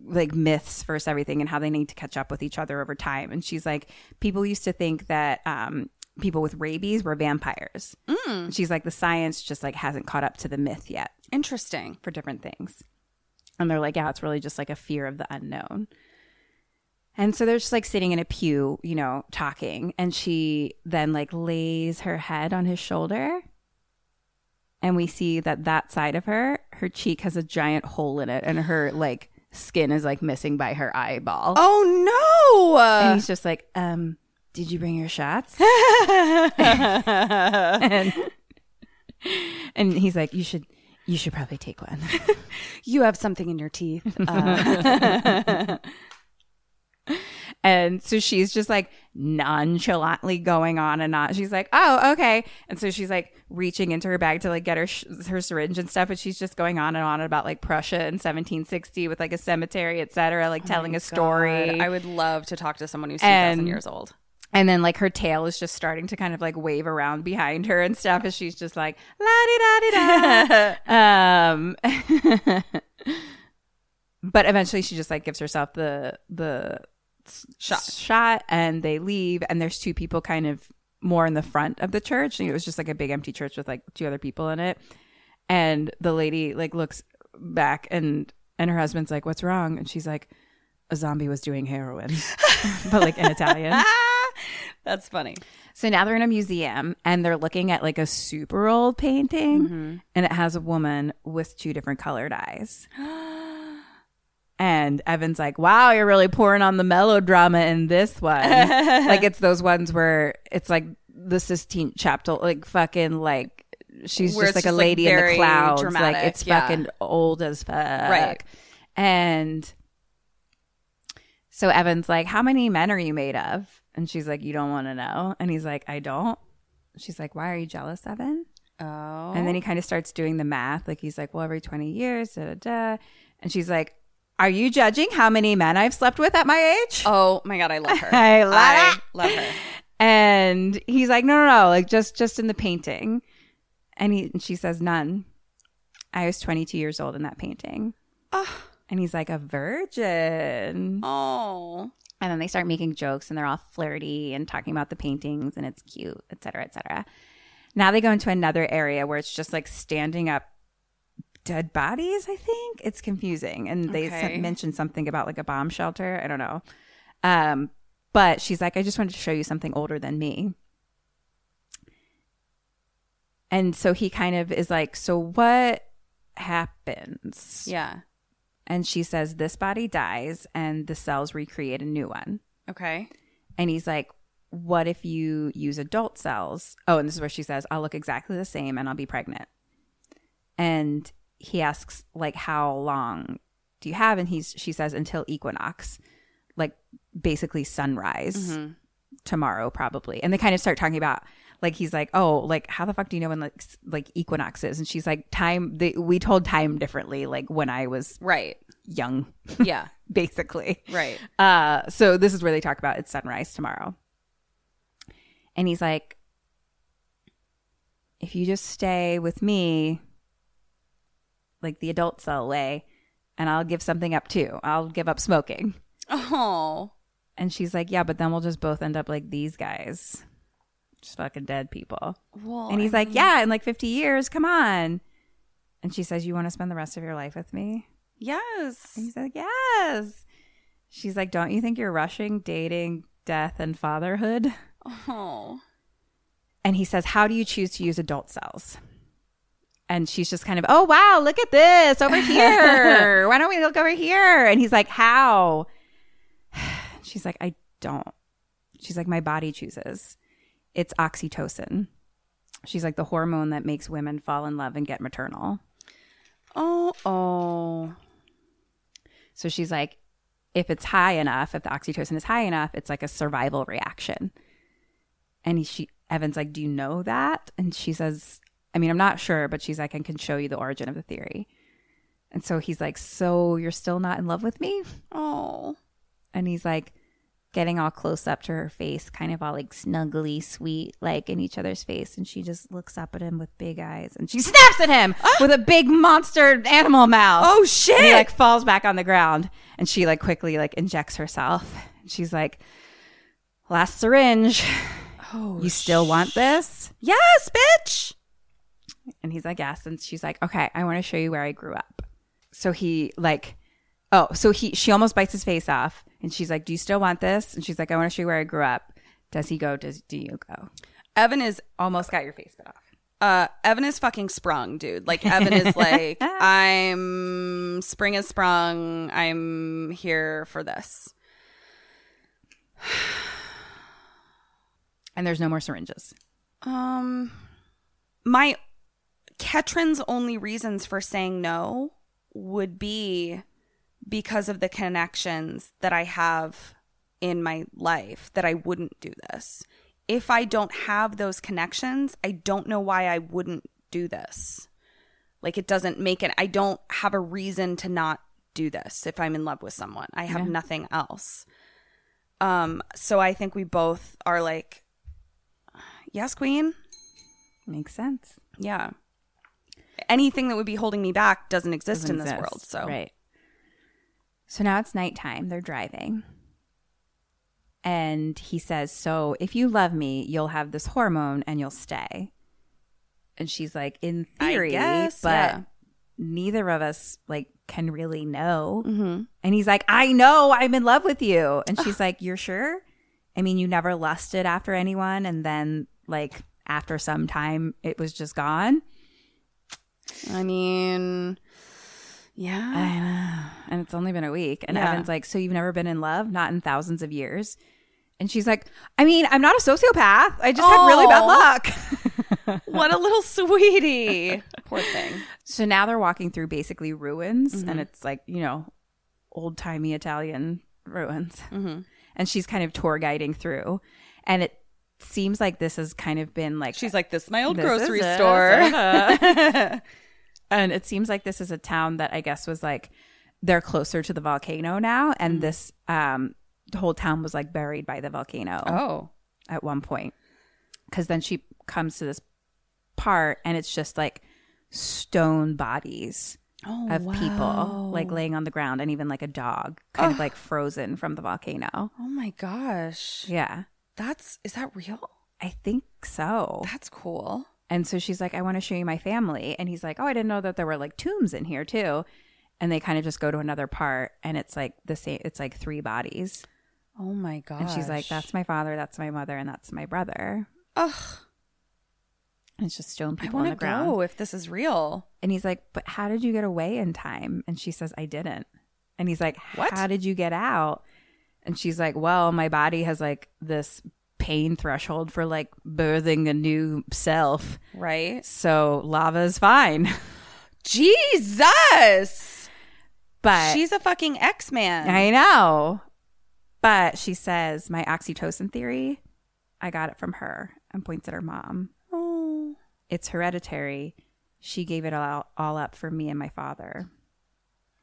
S7: like myths versus everything and how they need to catch up with each other over time. And she's like, people used to think that um, people with rabies were vampires. Mm. She's like, the science just like hasn't caught up to the myth yet
S6: Interesting.
S7: for different things. And they're like, yeah, it's really just like a fear of the unknown. And so they're just like sitting in a pew, you know, talking. And she then like lays her head on his shoulder. And we see that that side of her, her cheek has a giant hole in it and her like skin is like missing by her eyeball.
S6: Oh
S7: And
S6: no.
S7: he's just like, um, did you bring your shots? and, and he's like, you should, you should probably take one.
S6: You have something in your teeth.
S7: Oh, And so she's just like nonchalantly going on and on. She's like, oh, okay. And so she's like reaching into her bag to like get her sh- her syringe and stuff. But she's just going on and on about like Prussia in 1760 with like a cemetery, et cetera, like telling a story.
S6: Oh I would love to talk to someone who's
S7: And-
S6: 2000 years old.
S7: and then like her tail is just starting to kind of like wave around behind her and stuff as she's just like, la di da di da. um, but eventually she just like gives herself the, the,
S6: Shot.
S7: shot and they leave and there's two people kind of more in the front of the church and it was just like a big empty church with like two other people in it and the lady like looks back and and her husband's like what's wrong and she's like a zombie was doing heroin but like in italian
S6: Ah, That's funny.
S7: so now they're in a museum and they're looking at like a super old painting
S6: Mm-hmm.
S7: and it has a woman with two different colored eyes. And Evan's like, wow, you're really pouring on the melodrama in this one. like it's those ones where it's like the Sistine Chapel, like fucking like she's
S6: Where
S7: just like
S6: it's
S7: a
S6: just, like,
S7: lady in the
S6: very
S7: clouds. like
S6: dramatic,
S7: it's
S6: yeah.
S7: fucking old as fuck.
S6: Right.
S7: And so Evan's like, How many men are you made of? And she's like, You don't want to know. And he's like, I don't. She's like, Why are you jealous, Evan?
S6: Oh.
S7: And then he kind of starts doing the math. Like he's like, Well, every 20 years, da da da. And she's like, Are you judging how many men I've slept with at my age?
S6: Oh my god, I love her.
S7: I love
S6: I
S7: it.
S6: love her.
S7: And he's like, No, no, no, like just just in the painting. And he and she says, None. I was 22 years old in that painting. And he's like, a virgin.
S6: Oh.
S7: And then they start making jokes and they're all flirty and talking about the paintings and it's cute, et cetera, et cetera. Now they go into another area where it's just like standing up dead bodies, I think. It's confusing. And they
S6: Okay.
S7: s- mentioned something about like a bomb shelter. I don't know. Um, but she's like, I just wanted to show you something older than me. And so he kind of is like, So what happens?
S6: Yeah.
S7: And she says, This body dies and the cells recreate a new one.
S6: Okay.
S7: And he's like, What if you use adult cells? Oh, and this is where she says, I'll look exactly the same and I'll be pregnant. And he asks, like, how long do you have? And he's she says, until equinox, like basically sunrise tomorrow, probably. And they kind of start talking about like he's like, Oh, like how the fuck do you know when like s- like equinox is? And she's like, Time they, we told time differently, like when I was
S6: Right.
S7: young,
S6: Yeah.
S7: basically.
S6: right.
S7: Uh, so this is where they talk about it's sunrise tomorrow. And he's like, if you just stay with me, like the adult cell way, and I'll give something up too. I'll give up smoking.
S6: Oh.
S7: And she's like, yeah, but then we'll just both end up like these guys, just fucking dead people.
S6: Well,
S7: and he's like, yeah, in like 50 years, come on. And she says, you want to spend the rest of your life with me?
S6: Yes.
S7: And he's like, Yes. She's like, Don't you think you're rushing dating, death, and fatherhood?
S6: Oh.
S7: And he says, How do you choose to use adult cells? And she's just kind of, Oh, wow, look at this over here. Why don't we look over here? And he's like, How? She's like, I don't. She's like, My body chooses. It's oxytocin. She's like, The hormone that makes women fall in love and get maternal.
S6: Oh. Oh.
S7: So she's like, if it's high enough, if the oxytocin is high enough, it's like a survival reaction. And he- she, Evan's like, do you know that? And she says, I mean, I'm not sure, but she's like, I can show you the origin of the theory. And so he's like, so you're still not in love with me?
S6: Oh.
S7: And he's like, getting all close up to her face, kind of all like snuggly, sweet, like in each other's face. And she just looks up at him with big eyes and she snaps at him with a big monster animal mouth.
S6: Ah! Oh,
S7: And he
S6: shit.
S7: like falls back on the ground and she like quickly like injects herself. And she's like, last syringe. Oh, you still want this?
S6: Yes, bitch.
S7: And he's like, yes. And she's like, okay, I want to show you where I grew up. So he like, oh, so he she almost bites his face off, and she's like, do you still want this? And she's like, I want to show you where I grew up. Does he go? Does do you go?
S6: Evan is
S7: Almost got your face bit off.
S6: uh Evan is fucking sprung, dude. Like Evan is like I'm spring is sprung. I'm here for this.
S7: And there's no more syringes.
S6: Um my Ketrin's only reasons for saying no would be because of the connections that I have in my life that I wouldn't do this. If I don't have those connections, I don't know why I wouldn't do this. Like it doesn't make it I don't have a reason to not do this if I'm in love with someone. I have nothing else. Um so I think we both are like yes, queen.
S7: Makes sense.
S6: Yeah. Anything that would be holding me back doesn't exist in this
S7: Doesn't
S6: world.
S7: exist.
S6: So
S7: right. So now it's nighttime. They're driving. And he says, So if you love me, you'll have this hormone and you'll stay. And she's like, In
S6: I
S7: theory,
S6: guess,
S7: but
S6: yeah.
S7: neither of us like can really know. And he's like, I know I'm in love with you. And she's like, You're sure? I mean, you never lusted after anyone. And then, like, after some time, it was just gone.
S6: I mean, yeah.
S7: I know. And it's only been a week. And
S6: Yeah.
S7: Evan's like, So you've never been in love? Not in thousands of years. And she's like, I mean, I'm not a sociopath. I just had really bad
S6: Oh.
S7: luck.
S6: what a little sweetie. Poor thing.
S7: so now they're walking through basically ruins.
S6: Mm-hmm.
S7: And it's like, you know, old timey Italian ruins.
S6: Mm-hmm.
S7: And she's kind of tour guiding through. And it seems like this has kind of been like
S6: She's like, this is my old
S7: This
S6: grocery
S7: is it.
S6: store.
S7: and it seems like this is a town that I guess was like they're closer to the volcano now, and this um the whole town was like buried by the volcano
S6: Oh.
S7: at one point. Because then she comes to this part, and it's just like stone bodies
S6: Oh,
S7: of people Oh, like laying on the ground and even like a dog kind of like frozen from the volcano.
S8: Oh my gosh.
S7: Yeah.
S8: That's is that real?
S7: I think so.
S8: That's cool.
S7: And so she's like, I want to show you my family. And he's like, Oh, I didn't know that there were like tombs in here too. And they kind of just go to another part and it's like the same, it's like three bodies.
S8: Oh my gosh.
S7: And she's like, That's my father, that's my mother, and that's my brother.
S8: Ugh,
S7: And it's just stone
S8: I
S7: people on the
S8: want to
S7: ground.
S8: go if this is real.
S7: And he's like, But how did you get away in time? And she says, I didn't. And he's like,
S8: What?
S7: How did you get out? And she's like, Well, my body has like this pain threshold for like birthing a new self.
S8: Right?
S7: So lava is fine.
S8: Jesus.
S7: But
S8: She's a fucking X-Man.
S7: I know. But she says, My oxytocin theory, I got it from her and points at her mom.
S8: oh.
S7: It's hereditary. She gave it all, all up for me and my father.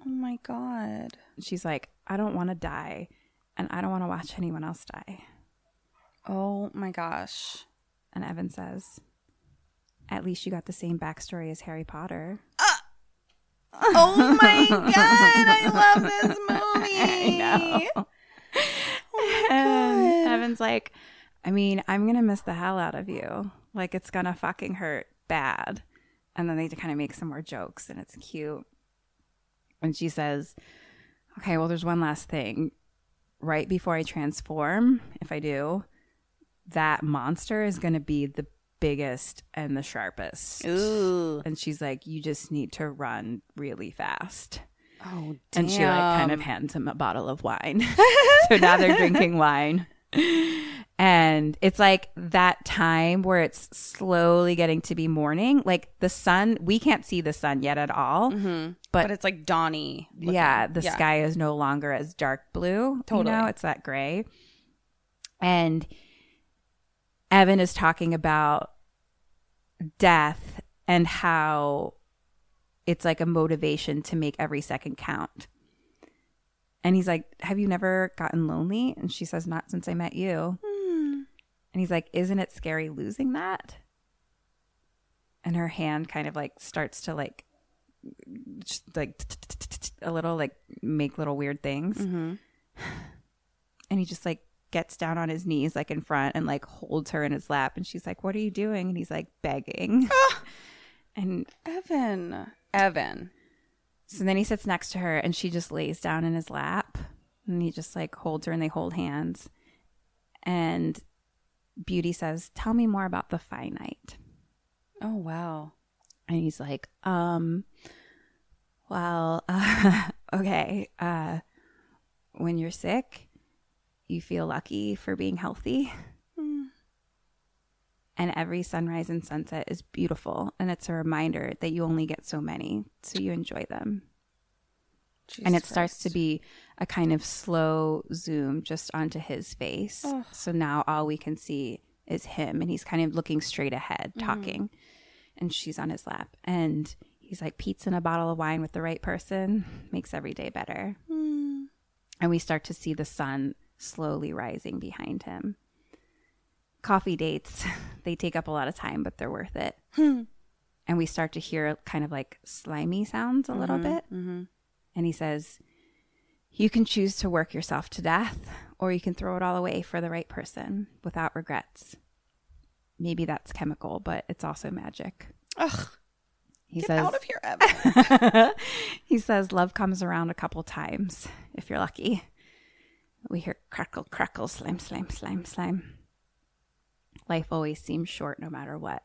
S8: Oh my god.
S7: She's like, I don't want to die and I don't want to watch anyone else die.
S8: Oh my gosh.
S7: And Evan says, At least you got the same backstory as Harry Potter.
S8: Oh my god, I love this movie.
S7: And Evan's like, I mean, I'm going to miss the hell out of you. Like, it's going to fucking hurt bad. And then they kind of make some more jokes, and it's cute. And she says, Okay, well, there's one last thing. Right before I transform, if I do, that monster is going to be the biggest and the sharpest. Ooh. And she's like, You just need to run really fast.
S8: Oh
S7: And she like kind of hands him a bottle of wine. so now they're drinking wine. And it's like that time where it's slowly getting to be morning. Like the sun, we can't see the sun yet at all.
S8: but, it's like Donnie. Mm-hmm. looking.
S7: Yeah, the sky is no longer as dark blue.
S8: Totally.
S7: You know, it's that gray. And Evan is talking about death and how it's like a motivation to make every second count. And he's like, Have you never gotten lonely? And she says, Not since I met you. And he's like, Isn't it scary losing that? And her hand kind of like starts to like, just like a little, like make little weird things.
S6: Mm.
S8: Mm-hmm.
S7: And he just like gets down on his knees, like in front, and like holds her in his lap. And she's like, What are you doing? And he's like, Begging. and
S8: Evan. Evan.
S7: so then he sits next to her and she just lays down in his lap and he just like holds her and they hold hands. And Beauty says, Tell me more about the finite.
S8: Oh wow.
S7: And he's like, Um, well, uh, okay. Uh, when you're sick, you feel lucky for being healthy. And every sunrise and sunset is beautiful. And it's a reminder that you only get so many. So you enjoy them. and it starts to be a kind of slow zoom just onto his face. So now all we can see is him, and he's kind of looking straight ahead, talking, and she's on his lap, and he's like, "Pizza and a bottle of wine with the right person makes every day better." And we start to see the sun slowly rising behind him. Coffee dates, they take up a lot of time, but they're worth it.
S8: Hmm.
S7: And we start to hear kind of like slimy sounds a little
S8: Mm-hmm.
S7: bit and he says, You can choose to work yourself to death, or you can throw it all away for the right person without regrets. Maybe that's chemical, but it's also magic.
S8: Ugh.
S7: He
S8: Get
S7: says,
S8: out of here, Evan.
S7: He says, Love comes around a couple times if you're lucky. We hear crackle, crackle, slime, slime, slime, slime. Life always seems short no matter what.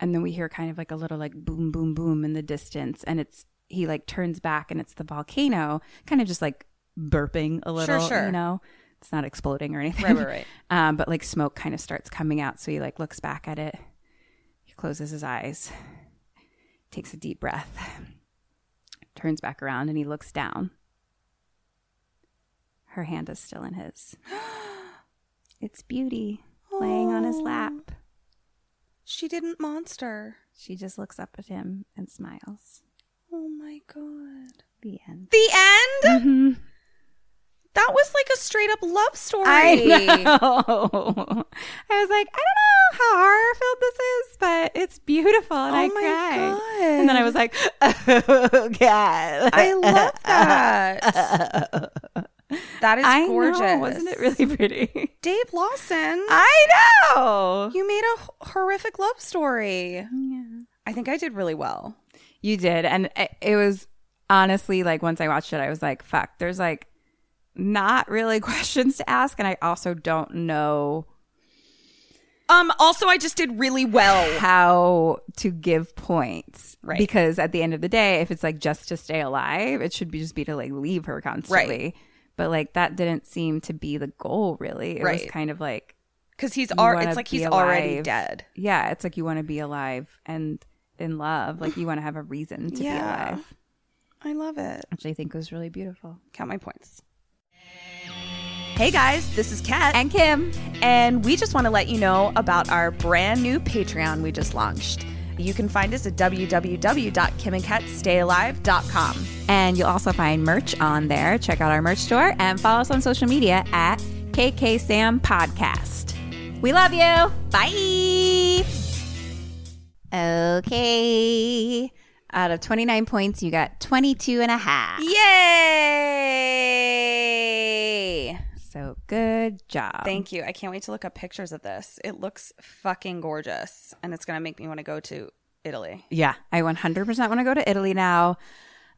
S7: And then we hear kind of like a little like boom, boom, boom in the distance. And it's, he like turns back and it's the volcano kind of just like burping a little,
S8: sure.
S7: you know? It's not exploding or
S8: Right,
S7: anything.
S8: right, right.
S7: Um, but like smoke kind of starts coming out. So he like looks back at it. He closes his eyes, takes a deep breath, turns back around, and he looks down. Her hand is still in his. It's Beauty laying on his lap.
S8: she didn't monster.
S7: She just looks up at him and smiles.
S8: Oh my god.
S7: The end.
S8: The end?
S6: That was like a straight up love story.
S7: Mm-hmm. I know. I was like, I don't know how horror filled this is, but it's beautiful, and
S6: Oh
S7: I
S6: my
S7: cried.
S6: God.
S7: And then I was like, Oh God,
S6: I uh-huh. love that. that is
S7: I know.
S6: gorgeous.
S7: Wasn't it really pretty?
S6: Dave Lawson,
S7: I know.
S6: you made a h- horrific love story. I think I did really well.
S7: You did, and it, it was honestly like once I watched it, I was like, fuck. There's like not really questions to ask, and I also don't know
S6: Um. Also, I just did really well.
S7: how to give points.
S6: Right.
S7: Because at the end of the day, if it's like just to stay alive, it should be just be to like leave her constantly. But like that didn't seem to be the goal really. It
S6: Right.
S7: was kind of like,
S6: Because he's
S7: You
S6: already.
S7: wanna
S6: It's like he's
S7: be
S6: already
S7: alive.
S6: dead.
S7: yeah, it's like you want to be alive and in love. Like you want to have a reason to
S6: Yeah.
S7: be alive.
S6: I love it.
S7: Which I think was really beautiful.
S6: Count my points. Hey guys, this is Kat.
S7: And Kim.
S6: And we just want to let you know about our brand new Patreon we just launched. You can find us at www.kimandkatstayalive.com.
S7: And you'll also find merch on there. Check out our merch store and follow us on social media at KK Sam Podcast. We love you. Bye. Okay. Out of 29 points, you got 22 and a half.
S6: Yay!
S7: So good job.
S6: Thank you. I can't wait to look up pictures of this. It looks fucking gorgeous and it's going to make me want to go to Italy.
S7: yeah. I 100% want to go to Italy now.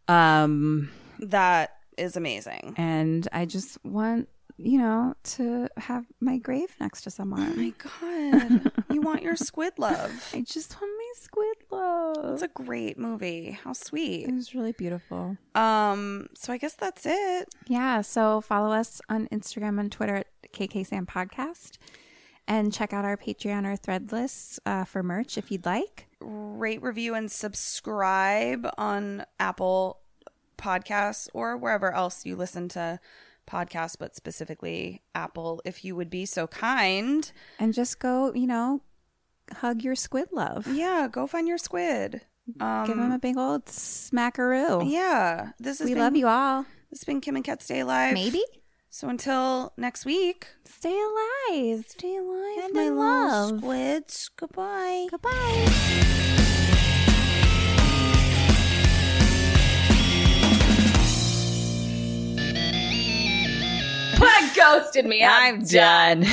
S7: Um,
S6: That is amazing.
S7: and I just want, you know, to have my grave next to someone.
S6: Oh my god. you want your squid love.
S7: I just want my squid love.
S6: It's a great movie. How sweet.
S7: It was really beautiful.
S6: Um so I guess that's it.
S7: Yeah. So follow us on Instagram and Twitter at KK Sam Podcast and check out our Patreon or thread lists uh, for merch if you'd like.
S6: rate, review, and subscribe on Apple Podcasts or wherever else you listen to podcasts, but specifically Apple, if you would be so kind.
S7: And just go, you know, hug your squid love.
S6: Yeah, go find your squid. Um,
S7: Give him a big old smackaroo.
S6: yeah, this is
S7: we love you all.
S6: This has been Kim and Kat Stay Alive.
S7: Maybe
S6: So until next week,
S7: stay alive.
S6: stay alive,
S7: And
S6: my
S7: I
S6: little
S7: love.
S6: squids. Goodbye.
S7: Goodbye.
S6: Put a ghost in me. I'm done.